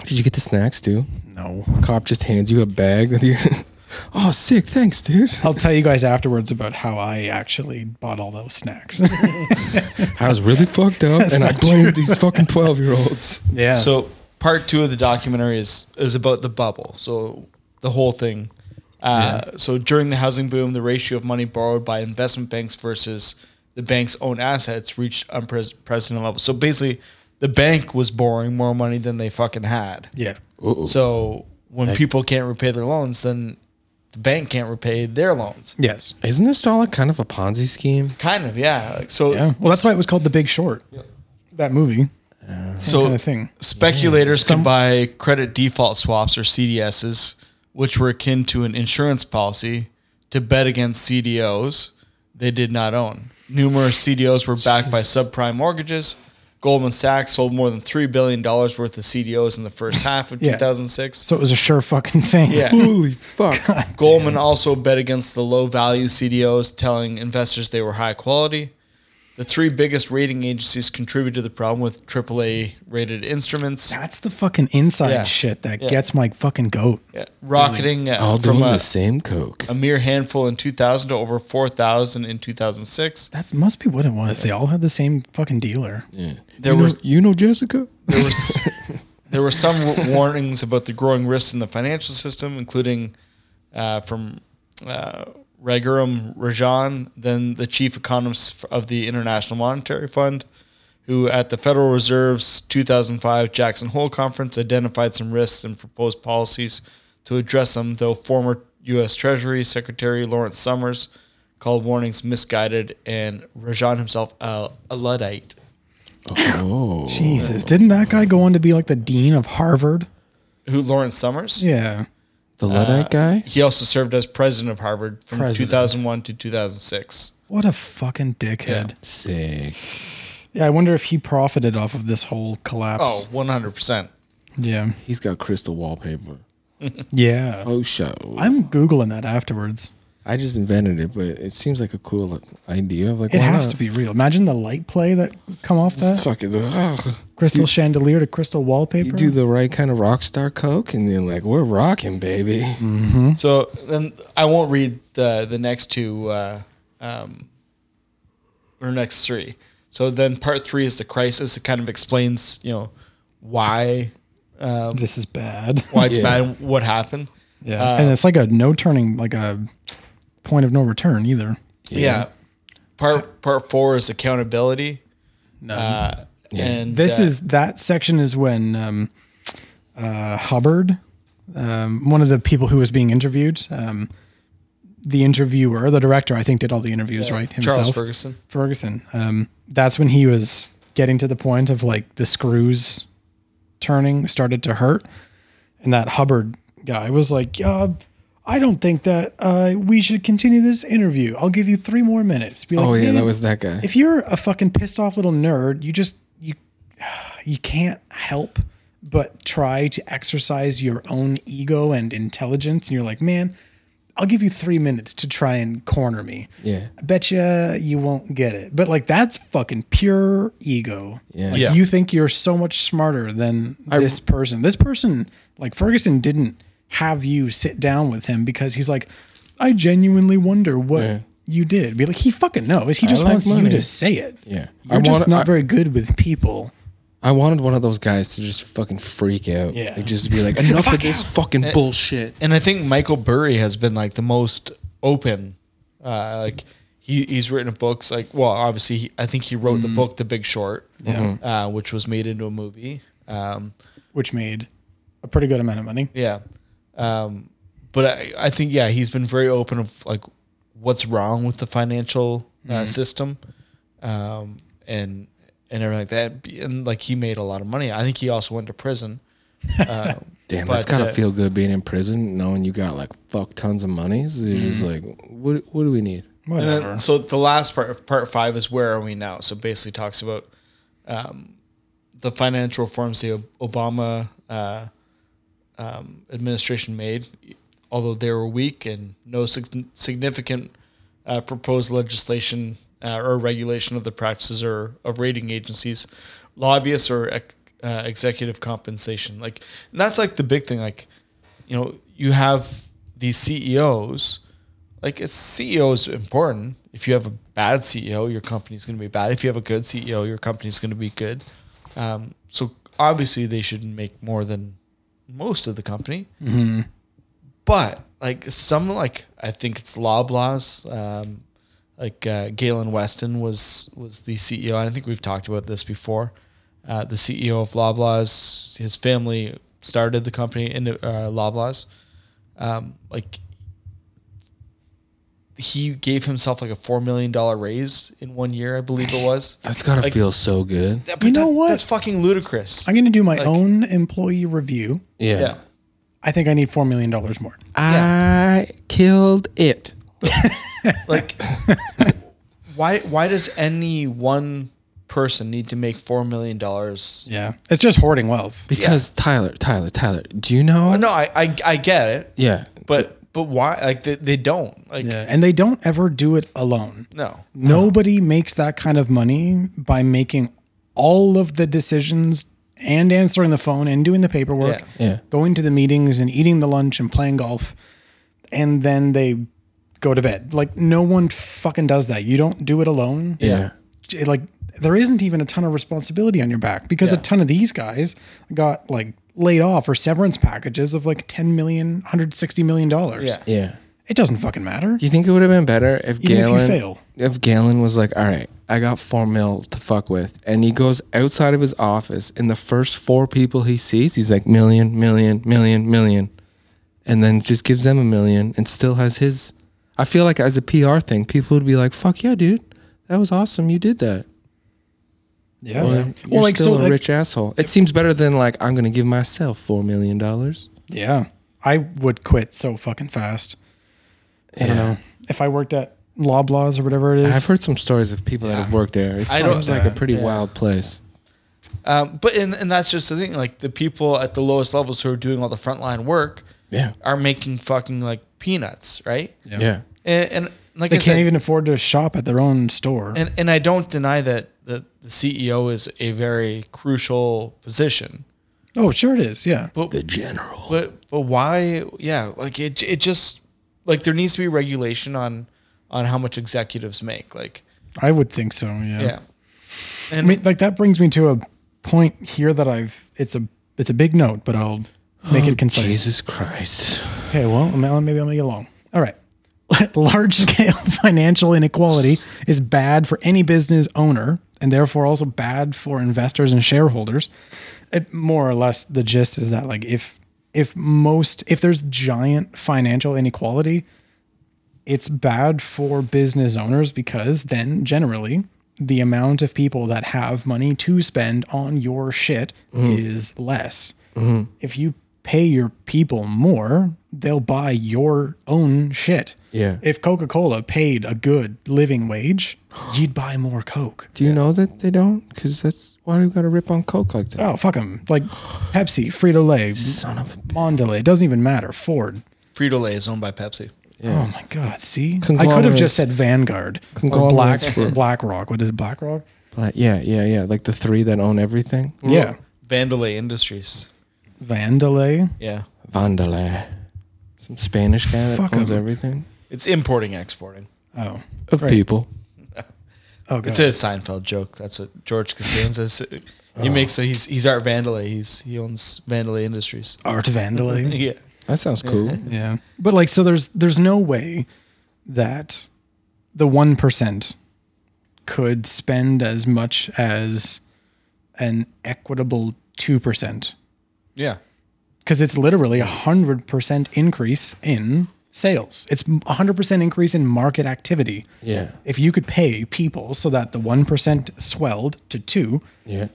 Did you get the snacks too? No. Cop just hands you a bag with your. oh, sick! Thanks, dude. I'll tell you guys afterwards about how I actually bought all those snacks. I was really fucked up, and I blamed these fucking twelve-year-olds. yeah. So So part two of the documentary is is about the bubble. So the whole thing. Uh, So during the housing boom, the ratio of money borrowed by investment banks versus the bank's own assets reached unprecedented levels. So basically, the bank was borrowing more money than they fucking had. yeah. So when people can't repay their loans, then the bank can't repay their loans. Yes. Isn't this all like kind of a Ponzi scheme? Kind of, yeah. Like, so Yeah. Well, that's why it was called The Big Short. That movie. so kinda thing. Speculators can buy credit default swaps or CDSs, which were akin to an insurance policy, to bet against CDOs they did not own. Numerous CDOs were backed by subprime mortgages. Goldman Sachs sold more than $3 billion worth of CDOs in the first half of Yeah. 2006. So it was a sure fucking thing. yeah. Holy fuck. Goldman also bet against the low value CDOs, telling investors they were high quality. The three biggest rating agencies contributed to the problem with AAA rated instruments, That's the fucking inside Yeah. shit that Yeah. gets my fucking goat. yeah, rocketing uh, All from doing a, Uh, the same coke. a mere handful in 2000 to over 4,000 in 2006. That must be what it was. They all had the same fucking dealer. There you, were know, you know Jessica? there were s- there were some w- warnings about the growing risks in the financial system, including uh, from uh, Raghuram Rajan, then the chief economist f- of the International Monetary Fund, who at the Federal Reserve's 2005 Jackson Hole conference identified some risks and proposed policies to address them. Though former U.S. Treasury Secretary Lawrence Summers called warnings misguided, and Rajan himself a, a luddite. Oh. Jesus, didn't that guy go on to be like the dean of Harvard? Who Lawrence Summers? Yeah, The Luddite guy? He also served as president of Harvard from President. 2001 to 2006. what a fucking dickhead. Sick. Yeah, I wonder if he profited off of this whole collapse. Oh, 100%. yeah, He's got crystal wallpaper. yeah. Oh, show. I'm googling that afterwards. I just invented it, but it seems like a cool idea. Like, It has to be real. Imagine the light play that come off that Just fucking the, ah. crystal chandelier to crystal wallpaper. You do the right kind of rock star coke, and then like we're rocking, baby. Mm-hmm. Hmm? So then I won't read the, the next two, uh, um, or next three. So then part three is the crisis. It kind of explains, you know, why this is bad. why uh, it's Yeah. bad and what happened. Yeah, and it's like a no turning, like a point of no return either. Yeah. Part part four is accountability. No. Uh, And This uh, is that section is when um, uh, Hubbard, um, one of the people who was being interviewed, um, the interviewer, the director, I think, did all the interviews right himself. Charles Ferguson. Ferguson. Um, that's when he was getting to the point of like the screws turning started to hurt, and that Hubbard guy was like, "Yeah, I don't think that uh, we should continue this interview. I'll give you three more minutes." Be like, Oh yeah, "Maybe- that was that guy. if you're a fucking pissed off little nerd, you just you you can't help but try to exercise your own ego and intelligence. And you're like, man, I'll give you three minutes to try and corner me. Yeah. I bet you you won't get it. But like that's fucking pure ego. Yeah. Like Yeah. you think you're so much smarter than this person. This person, like Ferguson, didn't have you sit down with him because he's like, I genuinely wonder what Yeah. you did. Be like, he fucking knows. He just like wants you money. to say it. Yeah. You're I just wanna- not I- very good with people. I wanted one of those guys to just fucking freak out. Yeah. Like, just be like, enough of this fucking bullshit. and I think Michael Burry has been like the most open. Uh, like he, he's written books like well, obviously he, I think he wrote the book The Big Short, uh, which was made into a movie. Um, Which made a pretty good amount of money. yeah, um, but I, I think yeah he's been very open of like what's wrong with the financial uh, system, um, and and everything like that. And like he made a lot of money. I think he also went to prison. Damn, But, that's gotta uh, feel good being in prison, knowing you got like fuck tons of money. So you're just Mm-hmm. like, what? What do we need? And then- Whatever. so the last part, part five, is where are we now? So basically, talks about um, the financial reforms the Ob- Obama uh, um, administration made, although they were weak and no sig- significant uh, proposed legislation uh, or regulation of the practices or of rating agencies, lobbyists, or ex- uh, executive compensation. Like and that's like the big thing. Like you know, you have these CEOs. Like a CEO is important. If you have a bad CEO, your company's going to be bad. If you have a good CEO, your company's going to be good. Um, so obviously, they should make more than most of the company. Mm-hmm. But like some, like I think it's Loblaws. Um, like uh, Galen Weston was was the CEO. I think we've talked about this before. Uh, the CEO of Loblaws, his family started the company in uh, Loblaws. Um, like he gave himself like a four million dollar raise in one year, I believe it was. That's gotta Like- feel so good. That- You but know that- what? That's fucking ludicrous. I'm going to do my own employee review. Yeah. yeah. I think I need $4 million more. I killed it. like Why why does any one person need to make four million dollars? Yeah. It's just hoarding wealth. Because Tyler, Tyler, Tyler, do you know? No, I, I I get it. Yeah. But but why like they, they don't. Like Yeah. Uh, And they don't ever do it alone. no. Nobody makes that kind of money by making all of the decisions and answering the phone and doing the paperwork, Yeah. Yeah. going to the meetings and eating the lunch and playing golf. And then they go to bed. Like, no one fucking does that. You don't do it alone. Yeah. J- Like, there isn't even a ton of responsibility on your back because a Yeah. ton of these guys got like laid off or severance packages of like 10 million, 160 million dollars. Yeah. Yeah. It doesn't fucking matter. Do you think it would have been better if if you Galen fail. if Galen was like, all right, I got four mil to fuck with, and he goes outside of his office, and the first four people he sees, he's like million, million, million, million, and then just gives them a million, and still has his. I feel like as a PR thing, people would be like, fuck yeah, dude, that was awesome, you did that. Yeah. Or, Well, You're like, still so a like, rich asshole. It seems better than like I'm gonna give myself four million dollars. Yeah. I would quit so fucking fast. I don't know. If I worked at Loblaws or whatever it is, I've heard some stories of people that have worked there. It I don't- seems like a pretty wild place. Um, but and, and that's just the thing. Like the people at the lowest levels who are doing all the frontline work Yeah. are making fucking like peanuts, right? Yeah. And, and like they I can't said, even afford to shop at their own store. and and I don't deny that the, the CEO is a very crucial position. oh, sure it is. Yeah. The general. But but why? Yeah, like it it just like there needs to be regulation on on how much executives make. Like I would think so. Yeah. yeah, I mean, like that brings me to a point here that I've, it's a, it's a big note, but I'll make it concise. Jesus Christ. Okay, well, ma- maybe I'll make it long. All right. Large scale financial inequality is bad for any business owner and therefore also bad for investors and shareholders. It, more or less, the gist is that, like, if if most if there's giant financial inequality, it's bad for business owners because then generally the amount of people that have money to spend on your shit Mm-hmm. is less. If you pay your people more, they'll buy your own shit. Yeah. If Coca Cola paid a good living wage, you'd buy more Coke. Do you know that they don't? Because that's why do you got to rip on coke like that? Oh, fuck them. Like Pepsi, Frito Lay, Son of a Mondelez, it doesn't even matter. Ford. Frito Lay is owned by Pepsi. Oh my God! See, I could have just Conglomerates. said Vanguard or Black Conglomerates were- BlackRock. What is it, BlackRock? But yeah, yeah, yeah. Like the three that own everything. Yeah. Vandalay Industries. Vandalay. Yeah, Vandalay. Some Spanish guy that Fuck owns him. everything. it's importing exporting. Oh. Of people. Oh, God. It's a Seinfeld joke. That's what George Costanza. s- He makes a he's he's Art Vandalay. He's he owns Vandalay Industries. Art Vandalay. Yeah, That sounds cool. yeah. But like, so there's there's no way that the one percent could spend as much as an equitable two percent yeah. because it's literally a hundred percent increase in sales. It's a hundred percent increase in market activity. Yeah. If you could pay people so that the one percent swelled to two, Yeah.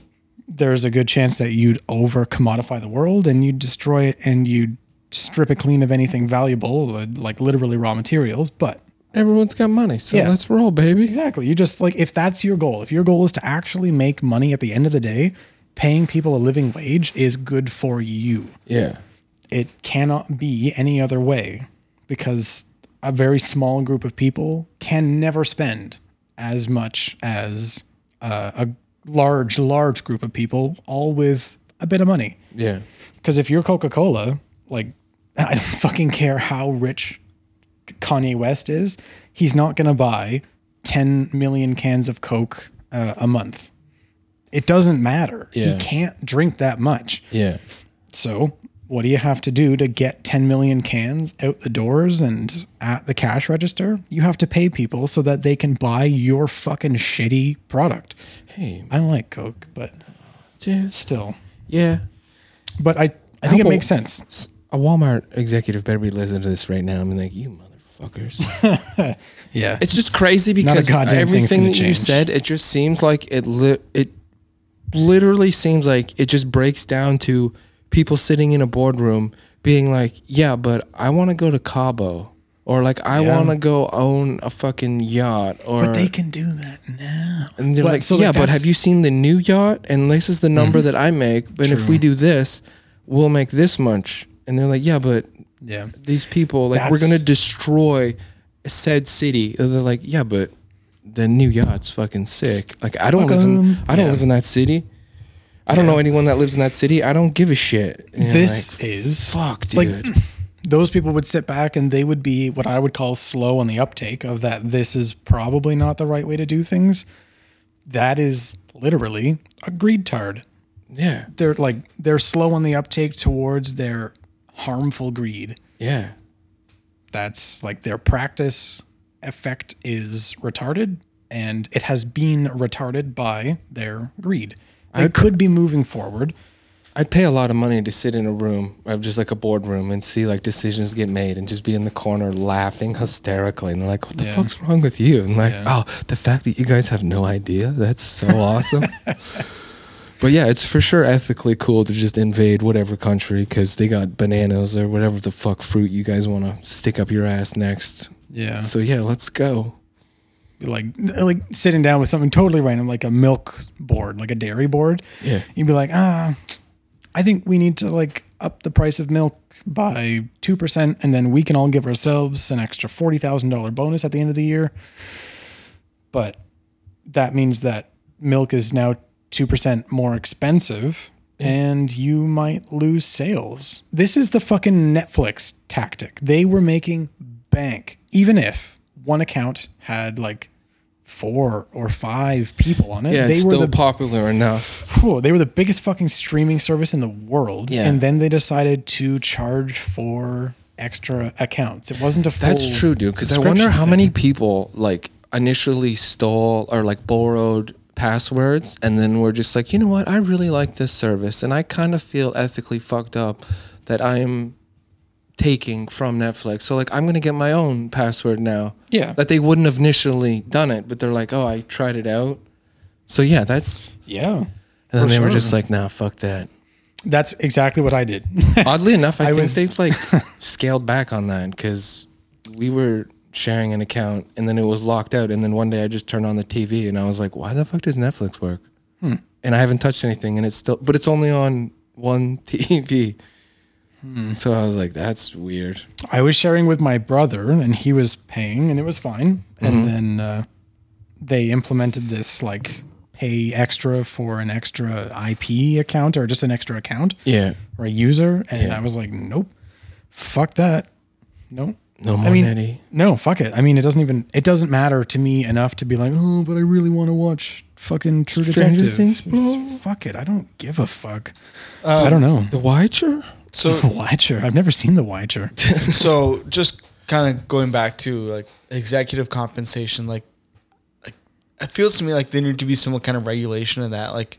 there's a good chance that you'd over commodify the world and you'd destroy it and you'd strip it clean of anything valuable, uh, like literally raw materials. But Everyone's got money, so Yeah. let's roll, baby. exactly, you just like if that's your goal, if your goal is to actually make money at the end of the day, paying people a living wage is good for you. Yeah. It cannot be any other way because a very small group of people can never spend as much as uh, a large, large group of people, all with a bit of money. Yeah. Because if you're Coca Cola, like, I don't fucking care how rich Kanye West is, he's not going to buy 10 million cans of Coke uh, a month. It doesn't matter. Yeah. He can't drink that much. Yeah. So, what do you have to do to get 10 million cans out the doors and at the cash register? You have to pay people so that they can buy your fucking shitty product. Hey, I like Coke, but just still. yeah. But I, I think it Apple- makes sense. S- A Walmart executive better be listening to this right now. I'm like, you motherfuckers. Yeah. It's just crazy because goddamn thing's everything gonna that you change. said, it just seems like it. Li- it literally seems like it just breaks down to people sitting in a boardroom being like, "Yeah, but I want to go to Cabo, Or like I Yeah. want to go own a fucking yacht, or But they can do that now. and they're But- like, so, like, yeah, but that's- Mm-hmm. have you seen the new yacht? And this is the number that I make. But if we do this, we'll make this much. And they're like, yeah, but Yeah. these people like we're That's- gonna destroy said city. And they're like, yeah, but the new yacht's fucking sick. Like I don't live in 'em. I don't live in that city. I don't know anyone that lives in that city. I don't give a shit. And you're This like, is fuck, like- dude. those people would sit back and they would be what I would call slow on the uptake of that this is probably not the right way to do things. That is literally a greed tard. yeah, They're like they're slow on the uptake towards their harmful greed. yeah, That's like their practice effect is retarded and it has been retarded by their greed. They could be moving forward. I'd pay a lot of money to sit in a room of just like a boardroom and see like decisions get made and just be in the corner laughing hysterically and they're like, What the fuck's wrong with you? And like, oh, the fact that you guys have no idea, that's so awesome. but yeah, it's for sure ethically cool to just invade whatever country because they got bananas or whatever the fuck fruit you guys want to stick up your ass next. Yeah. So yeah, let's go. like like sitting down with something totally random, like a milk board, like a dairy board. Yeah. You'd be like, ah, I think we need to like up the price of milk by two percent, and then we can all give ourselves an extra forty thousand dollar bonus at the end of the year. But that means that milk is now two percent more expensive. And you might lose sales. This is the fucking Netflix tactic. They were making bank, even if one account had like four or five people on it. Yeah, they it's were still the popular enough. cool. They were the biggest fucking streaming service in the world. Yeah. And then they decided to charge for extra accounts. It wasn't a full That's true, dude. Because I wonder subscription how thing. many people like initially stole or like borrowed passwords, and then were just like, you know what? I really like this service, and I kind of feel ethically fucked up that I am taking from Netflix. So like, I'm gonna get my own password now. Yeah. That they wouldn't have initially done it, but they're like, oh, I tried it out. So yeah, that's. Yeah. And then For they were sure. just like, nah, fuck that. That's exactly what I did. Oddly enough, I, think was- they like scaled back on that because we were sharing an account and then it was locked out. And then one day I just turned on the TV and I was like, why the fuck does Netflix work? Hmm. And I haven't touched anything and it's still, but it's only on one TV. Hmm. So I was like, that's weird. I was sharing with my brother and he was paying and it was fine. Mm-hmm. And then uh, they implemented this like pay extra for an extra IP account or just an extra account Yeah. or a user. And I was like, nope, fuck that. Nope. No more I mean, Netty. no, fuck it. I mean, it doesn't even it doesn't matter to me enough to be like, oh, but I really want to watch fucking True Stranger Detective. Things, Um, It's- Fuck it, I don't give a fuck. I don't know. The Watcher? So The Watcher. I've never seen The Watcher. so just kind of going back to like executive compensation like like it feels to me like there need to be some kind of regulation in that like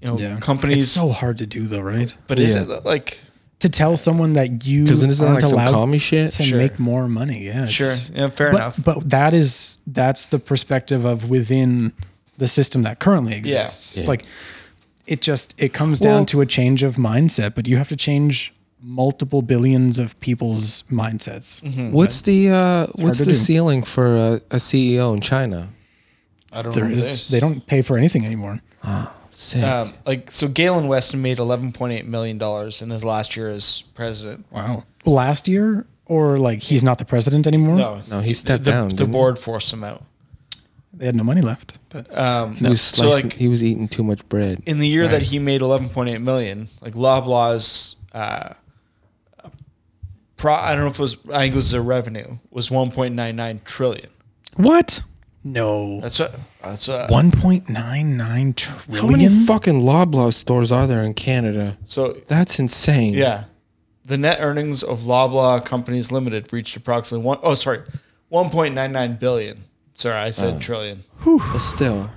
you know It's companies so hard to do though, right? but is Yeah. it like To tell someone that you Because isn't that aren't like some allowed commie shit? to make more money. Yeah, it's- sure yeah fair but, enough But that is that's the perspective of within the system that currently exists. Yeah. Like it just it comes Well- down to a change of mindset, but you have to change multiple billions of people's mindsets. What's the uh, what's to the do. ceiling for a, a CEO in China? i don't There know is they don't pay for anything anymore. Sick. um, like so galen weston made 11.8 million dollars in his last year as president Wow. Last year or like he's not the president anymore. no no, he stepped the, down. the didn't he? board forced him out They had no money left. But He was So, slicing, like- he was eating too much bread. in the year that he made 11.8 million, like Loblaws, uh, pro, I don't know if it was, I think it was their revenue was 1.99 trillion. what? No. That's what, that's what, 1.99 trillion. How many fucking Loblaw stores are there in Canada? so That's insane. yeah, the net earnings of Loblaw Companies Limited reached approximately one, oh, sorry, 1.99 billion. Sorry, I Oh. said trillion. But still.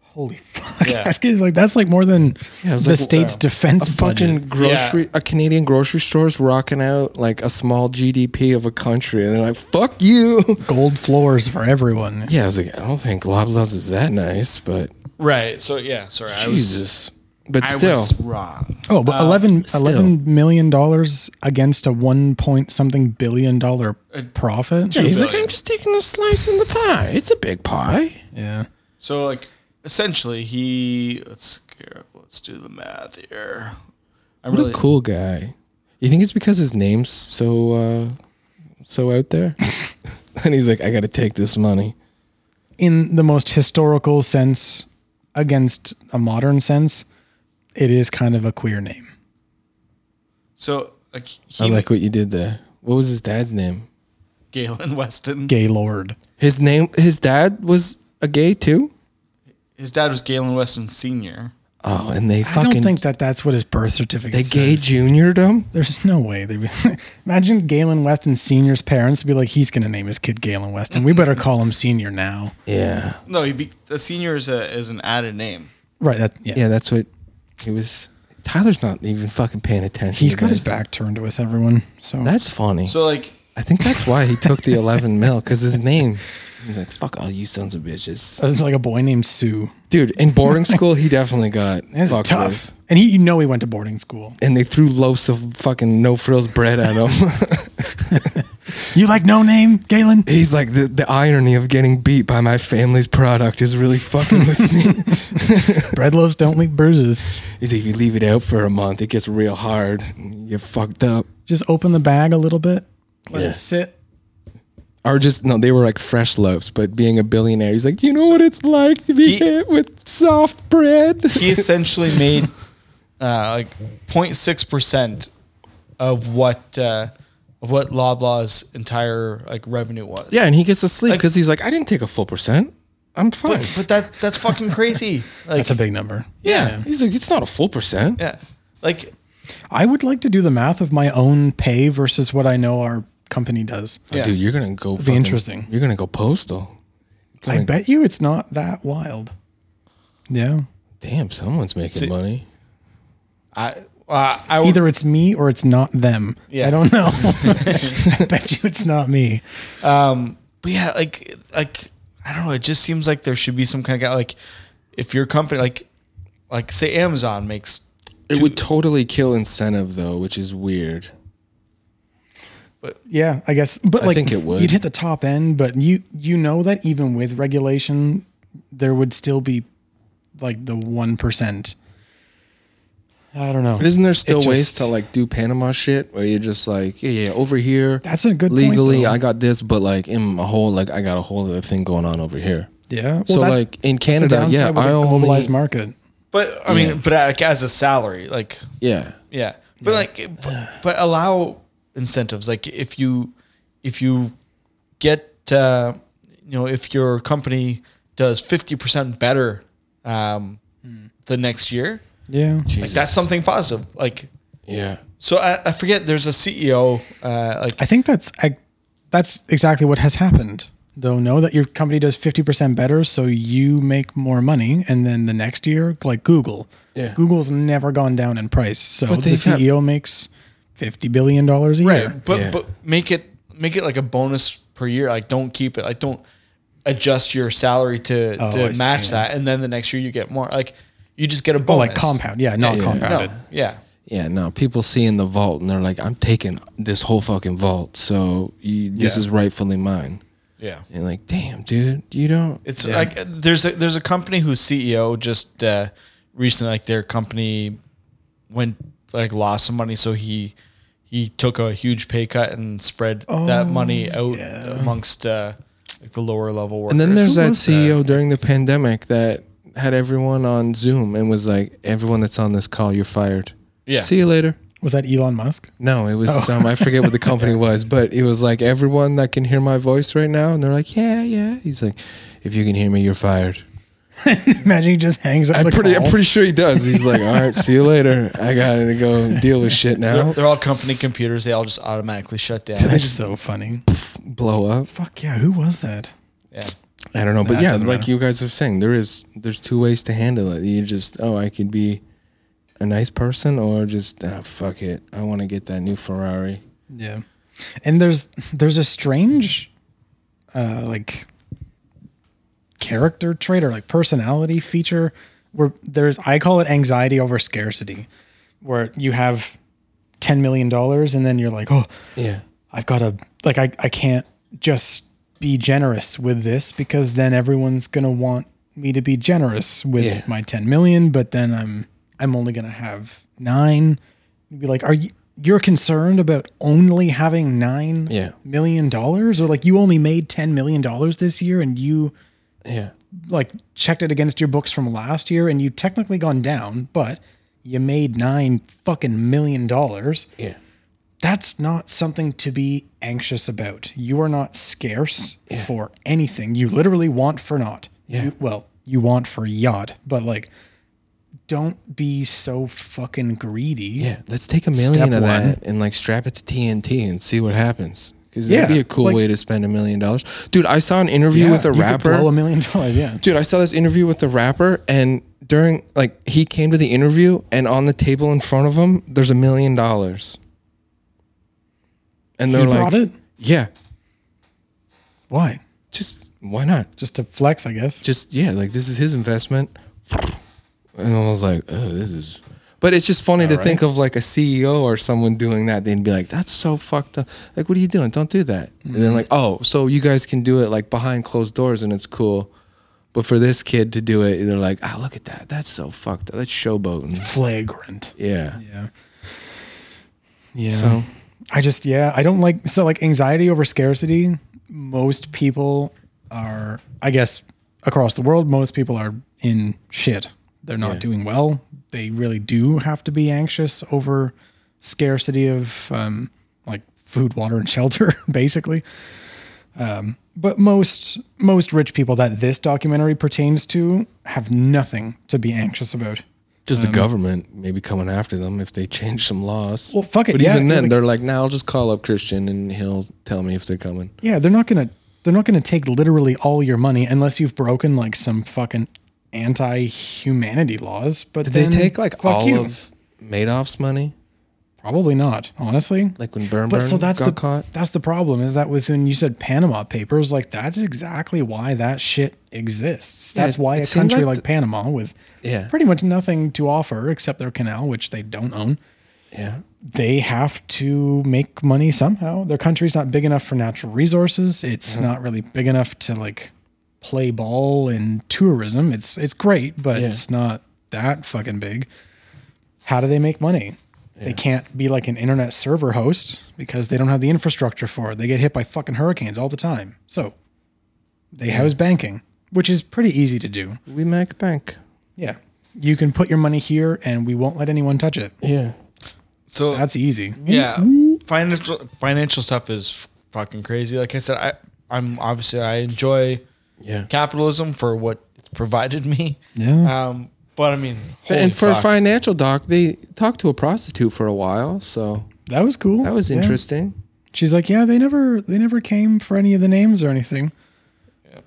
Holy fuck. Yeah. I was getting, like that's like more than was the like, state's wow. defense A budget. fucking grocery, a Canadian grocery store is rocking out like a small GDP of a country, and they're like, "Fuck you." gold floors for everyone. Yeah, I was like, I don't think Loblaws is that nice, but Right. So yeah, sorry. I was, Jesus, But I still, was wrong. Oh, but eleven still. eleven million dollars against a one point something billion dollar profit. Yeah, he's like, I'm just taking a slice in the pie. It's a big pie. Yeah. So like essentially he let's let's do the math here. I'm What really a cool guy. You think it's because his name's so uh, so out there? and he's like, I got to take this money. In the most historical sense, against a modern sense, it is kind of a queer name. so like he I like what you did there. What was his dad's name? Galen Weston. Gaylord. His name. His dad was a gay too. His dad was Galen Weston Senior. Oh, and they I fucking don't think that that's what his birth certificate. they says. gay juniored him. There's no way. They imagine Galen Weston Senior's parents would be like, he's going to name his kid Galen Weston. We better call him Senior now. Yeah, No, he be, a senior is a is an added name. Right. That, yeah. yeah. That's what he was. Tyler's not even fucking paying attention. He's to got his this. back turned to us, everyone. So That's funny. So like I think that's why he took the 11 mil because his name. He's like, fuck all you sons of bitches, it's like a boy named Sue. dude. In boarding school, he definitely got It's fucked tough. with. And he, you know, he went to boarding school. And they threw loaves of fucking no frills bread at him. You like no name, Galen? He's like, the, the irony of getting beat by my family's product is really fucking with me. Bread loaves don't leave bruises. He's like, if you leave it out for a month, it gets real hard. You get fucked up. Just open the bag a little bit. Let Yeah. it sit. Or just, no, they were like fresh loaves, but being a billionaire, he's like, you know what it's like to He- be hit with soft bread? he essentially made uh, like 06 percent of what uh, of what Loblaws entire like revenue was. Yeah, and he gets to sleep Like- because he's like, I didn't take a full percent. I'm fine. but, but that that's fucking crazy. Like That's a big number. yeah. he's like, it's not a full percent. yeah, like I would like to do the math of my own pay versus what I know our company does. Oh, dude, you're gonna go. be interesting. You're gonna go postal. I bet you it's not that wild. Yeah. Damn, someone's making money. I uh, I would- Either it's me or it's not them. Yeah. I don't know. I bet you it's not me. but yeah, like like I don't know. It just seems like there should be some kind of guy like if your company like like say Amazon makes It would totally kill incentive though, which is weird. Yeah, I guess. But I like, think it would. You'd hit the top end, but you you know that even with regulation, there would still be like the one percent. I don't know. But isn't there still It ways just- to like do Panama shit where you're just like, yeah, yeah, over here. That's a good point, legally. though. I got this, but like in my whole like I got a whole other thing going on over here. Yeah. Well, so that's- like in that's the Canada, yeah, downside with I a only globalized market. But I mean, but like as a salary, like yeah. yeah, but like but, but allow incentives. Like if you if you get uh, you know if your company does fifty percent better um, the next year, Yeah. like that's something positive. Like Yeah, so, I, I forget. There's a CEO uh, like I think that's I, that's exactly what has happened. Though know that your company does fifty percent better, so you make more money, and then the next year, like Google, Yeah. Google's never gone down in price, so But the they've got- CEO makes fifty billion dollars a year. right, but Yeah. but make it make it like a bonus per year. Like don't keep it. Like don't adjust your salary to Oh, I to see, match yeah. that, and then the next year you get more. Like you just get a bonus. Oh, like compound, yeah, not yeah. compounded. No, yeah. yeah. No, people see in the vault and they're like, I'm taking this whole fucking vault, so you, this Yeah. is rightfully mine. Yeah. And like, damn, dude, you don't. It's like there's a there's a company whose CEO just uh, recently like their company went like lost some money so he he took a huge pay cut and spread that money Oh, out amongst uh, like the lower level workers. And then there's that CEO during the pandemic that had everyone on Zoom and was like, everyone that's on this call, you're fired. Yeah. See you later. Oh. Was that Elon Musk? No, it was some, I forget what the company was, but it was like, everyone that can hear my voice right now. And they're like, yeah, yeah. He's like, if you can hear me, you're fired. Imagine he just hangs up. I'm "Oh." the pretty, I'm call. pretty sure he does. He's like, all right, see you later. I got to go deal with shit now. they're all company computers. They all just automatically shut down. That's so funny. Blow up. Fuck yeah, who was that? yeah. I don't know, but Nah, it yeah, like doesn't matter. you guys are saying, there is there's two ways to handle it. You just oh, I could be a nice person, or just ah, fuck it, I want to get that new Ferrari. Yeah. And there's there's a strange uh like character trait or like personality feature where there's I call it anxiety over scarcity, where you have ten million dollars and then you're like, oh, Yeah. I've got to like I I can't just be generous with this because then everyone's gonna want me to be generous with Yeah. my ten million, but then I'm I'm only gonna have nine. You'd be like, are you? You're concerned about only having nine million Yeah. dollars, or like you only made ten million dollars this year, and you Yeah. like checked it against your books from last year and you technically gone down, but you made nine fucking million dollars. Yeah. That's not something to be anxious about. You are not scarce for anything. You literally want for naught. Yeah. You, well, you want for yacht, but like, don't be so fucking greedy. Yeah, let's take a million of one. that and like strap it to TNT and see what happens. Because Yeah, that'd be a cool like- way to spend a million dollars, dude. I saw an interview with a you could rapper. blow a million dollars. Yeah. dude, I saw this interview with the rapper, and during like he came to the interview, and on the table in front of him, there's a million dollars. And You they're like, brought it? yeah, Why? just why not? Just to flex, I guess. Just yeah, like this is his investment. And I was like, oh, this is. But it's just funny to think of like a CEO or someone doing that. They'd be like, that's so fucked up. Like, what are you doing? Don't do that. And Mm-hmm. then like, oh, so you guys can do it like behind closed doors and it's cool. But for this kid to do it, they're like, ah, look at that. That's so fucked up. That's showboating. Flagrant. Yeah. Yeah. Yeah. So- I just yeah, I don't like so like anxiety over scarcity. Most people are I guess across the world most people are in shit. They're not doing well. They really do have to be anxious over scarcity of um like food, water and shelter basically. Um but most most rich people that this documentary pertains to have nothing to be anxious about. Just Um, the government maybe coming after them if they change some laws. Well, fuck it, But yeah, even then, like- they're like, now I'll just call up Christian and he'll tell me if they're coming. Yeah, they're not gonna they're not gonna take literally all your money unless you've broken like some fucking anti humanity laws. But Did then, they take like fuck all you. of Madoff's money? probably not, honestly. Like when Burn but so Burn that's got the caught? that's the problem is that within you said Panama Papers, like that's exactly why that shit exists. Yeah, That's why it a seemed country like like, the- Panama with Yeah. pretty much nothing to offer except their canal, which they don't own. Yeah. they have to make money somehow. Their country's not big enough for natural resources. It's not really big enough to like play ball in tourism. It's it's great, but Yeah. it's not that fucking big. How do they make money? They can't be like an internet server host because they don't have the infrastructure for it. They get hit by fucking hurricanes all the time. So they house banking, which is pretty easy to do. We make bank. Yeah. You can put your money here and we won't let anyone touch it. Yeah. So That's easy. Mm-hmm. yeah financial financial stuff is fucking crazy like i said i i'm obviously i enjoy Yeah. capitalism for what it's provided me Yeah. um but i mean holy And for a fuck. financial doc, they talked to a prostitute for a while, so That was cool. that was Yeah. interesting. She's like, yeah, they never they never came for any of the names or anything.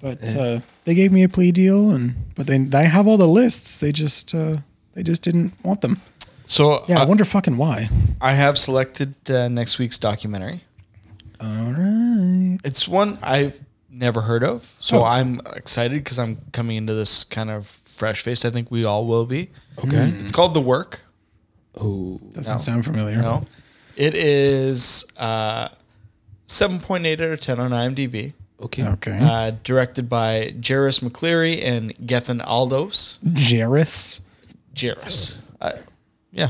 But uh, they gave me a plea deal, and but they they have all the lists. They just uh, they just didn't want them. so Yeah, I, I wonder fucking why. I have selected uh, next week's documentary All right. it's one i've never heard of so Oh. i'm excited because i'm coming into this kind of fresh faced i think we all will be Okay. it's called the work Doesn't sound familiar. No, it is uh, seven point eight out of ten on IMDb. Okay. Okay. Uh, directed by Jairus McCleary and Gethin Aldos. Jareth's. Jairus. Uh, yeah.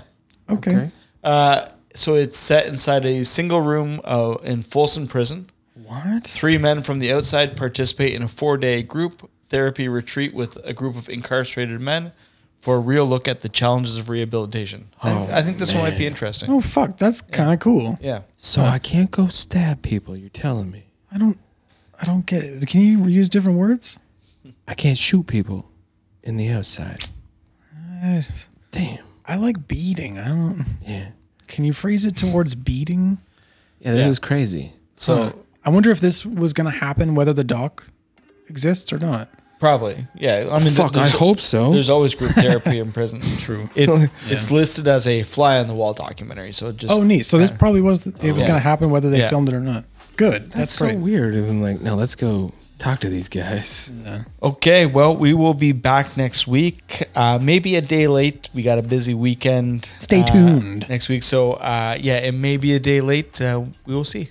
Okay. Okay. So it's set inside a single room uh, in Folsom Prison. What? Three men from the outside participate in a four day group therapy retreat with a group of incarcerated men for a real look at the challenges of rehabilitation. I- I, think this one might be interesting. Oh fuck, that's kind of cool. Yeah. So I can't go stab people. You're telling me I don't, I don't get. It. Can you use different words? I can't shoot people in the outside? I, Damn. I like beating. I don't. Yeah. Can you phrase it towards beating? Yeah. This Yeah. is crazy. So I wonder if this was going to happen, whether the doc exists or not. Probably, yeah. I mean, Fuck. I there's- hope so. There's always group therapy in prison. True. It, Yeah. It's listed as a fly on the wall documentary, so it just Oh, neat. So this probably was it was Yeah. going to happen, whether they Yeah. filmed it or not. Good. That's, That's so great. weird. And like, no, let's go Talk to these guys. Okay, well, we will be back next week. Uh, maybe a day late. We got a busy weekend. Stay uh, tuned. next week. So, uh, yeah, it may be a day late. Uh, we will see.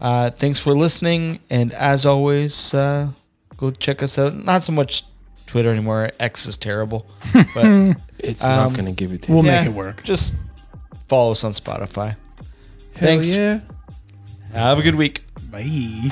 Uh, thanks for listening, and as always, uh, go check us out. Not so much Twitter anymore. X is terrible, but It's Um, not going to give it to We'll you. make yeah, it work. Just follow us on Spotify. Hell thanks. yeah. Have a good week. Bye.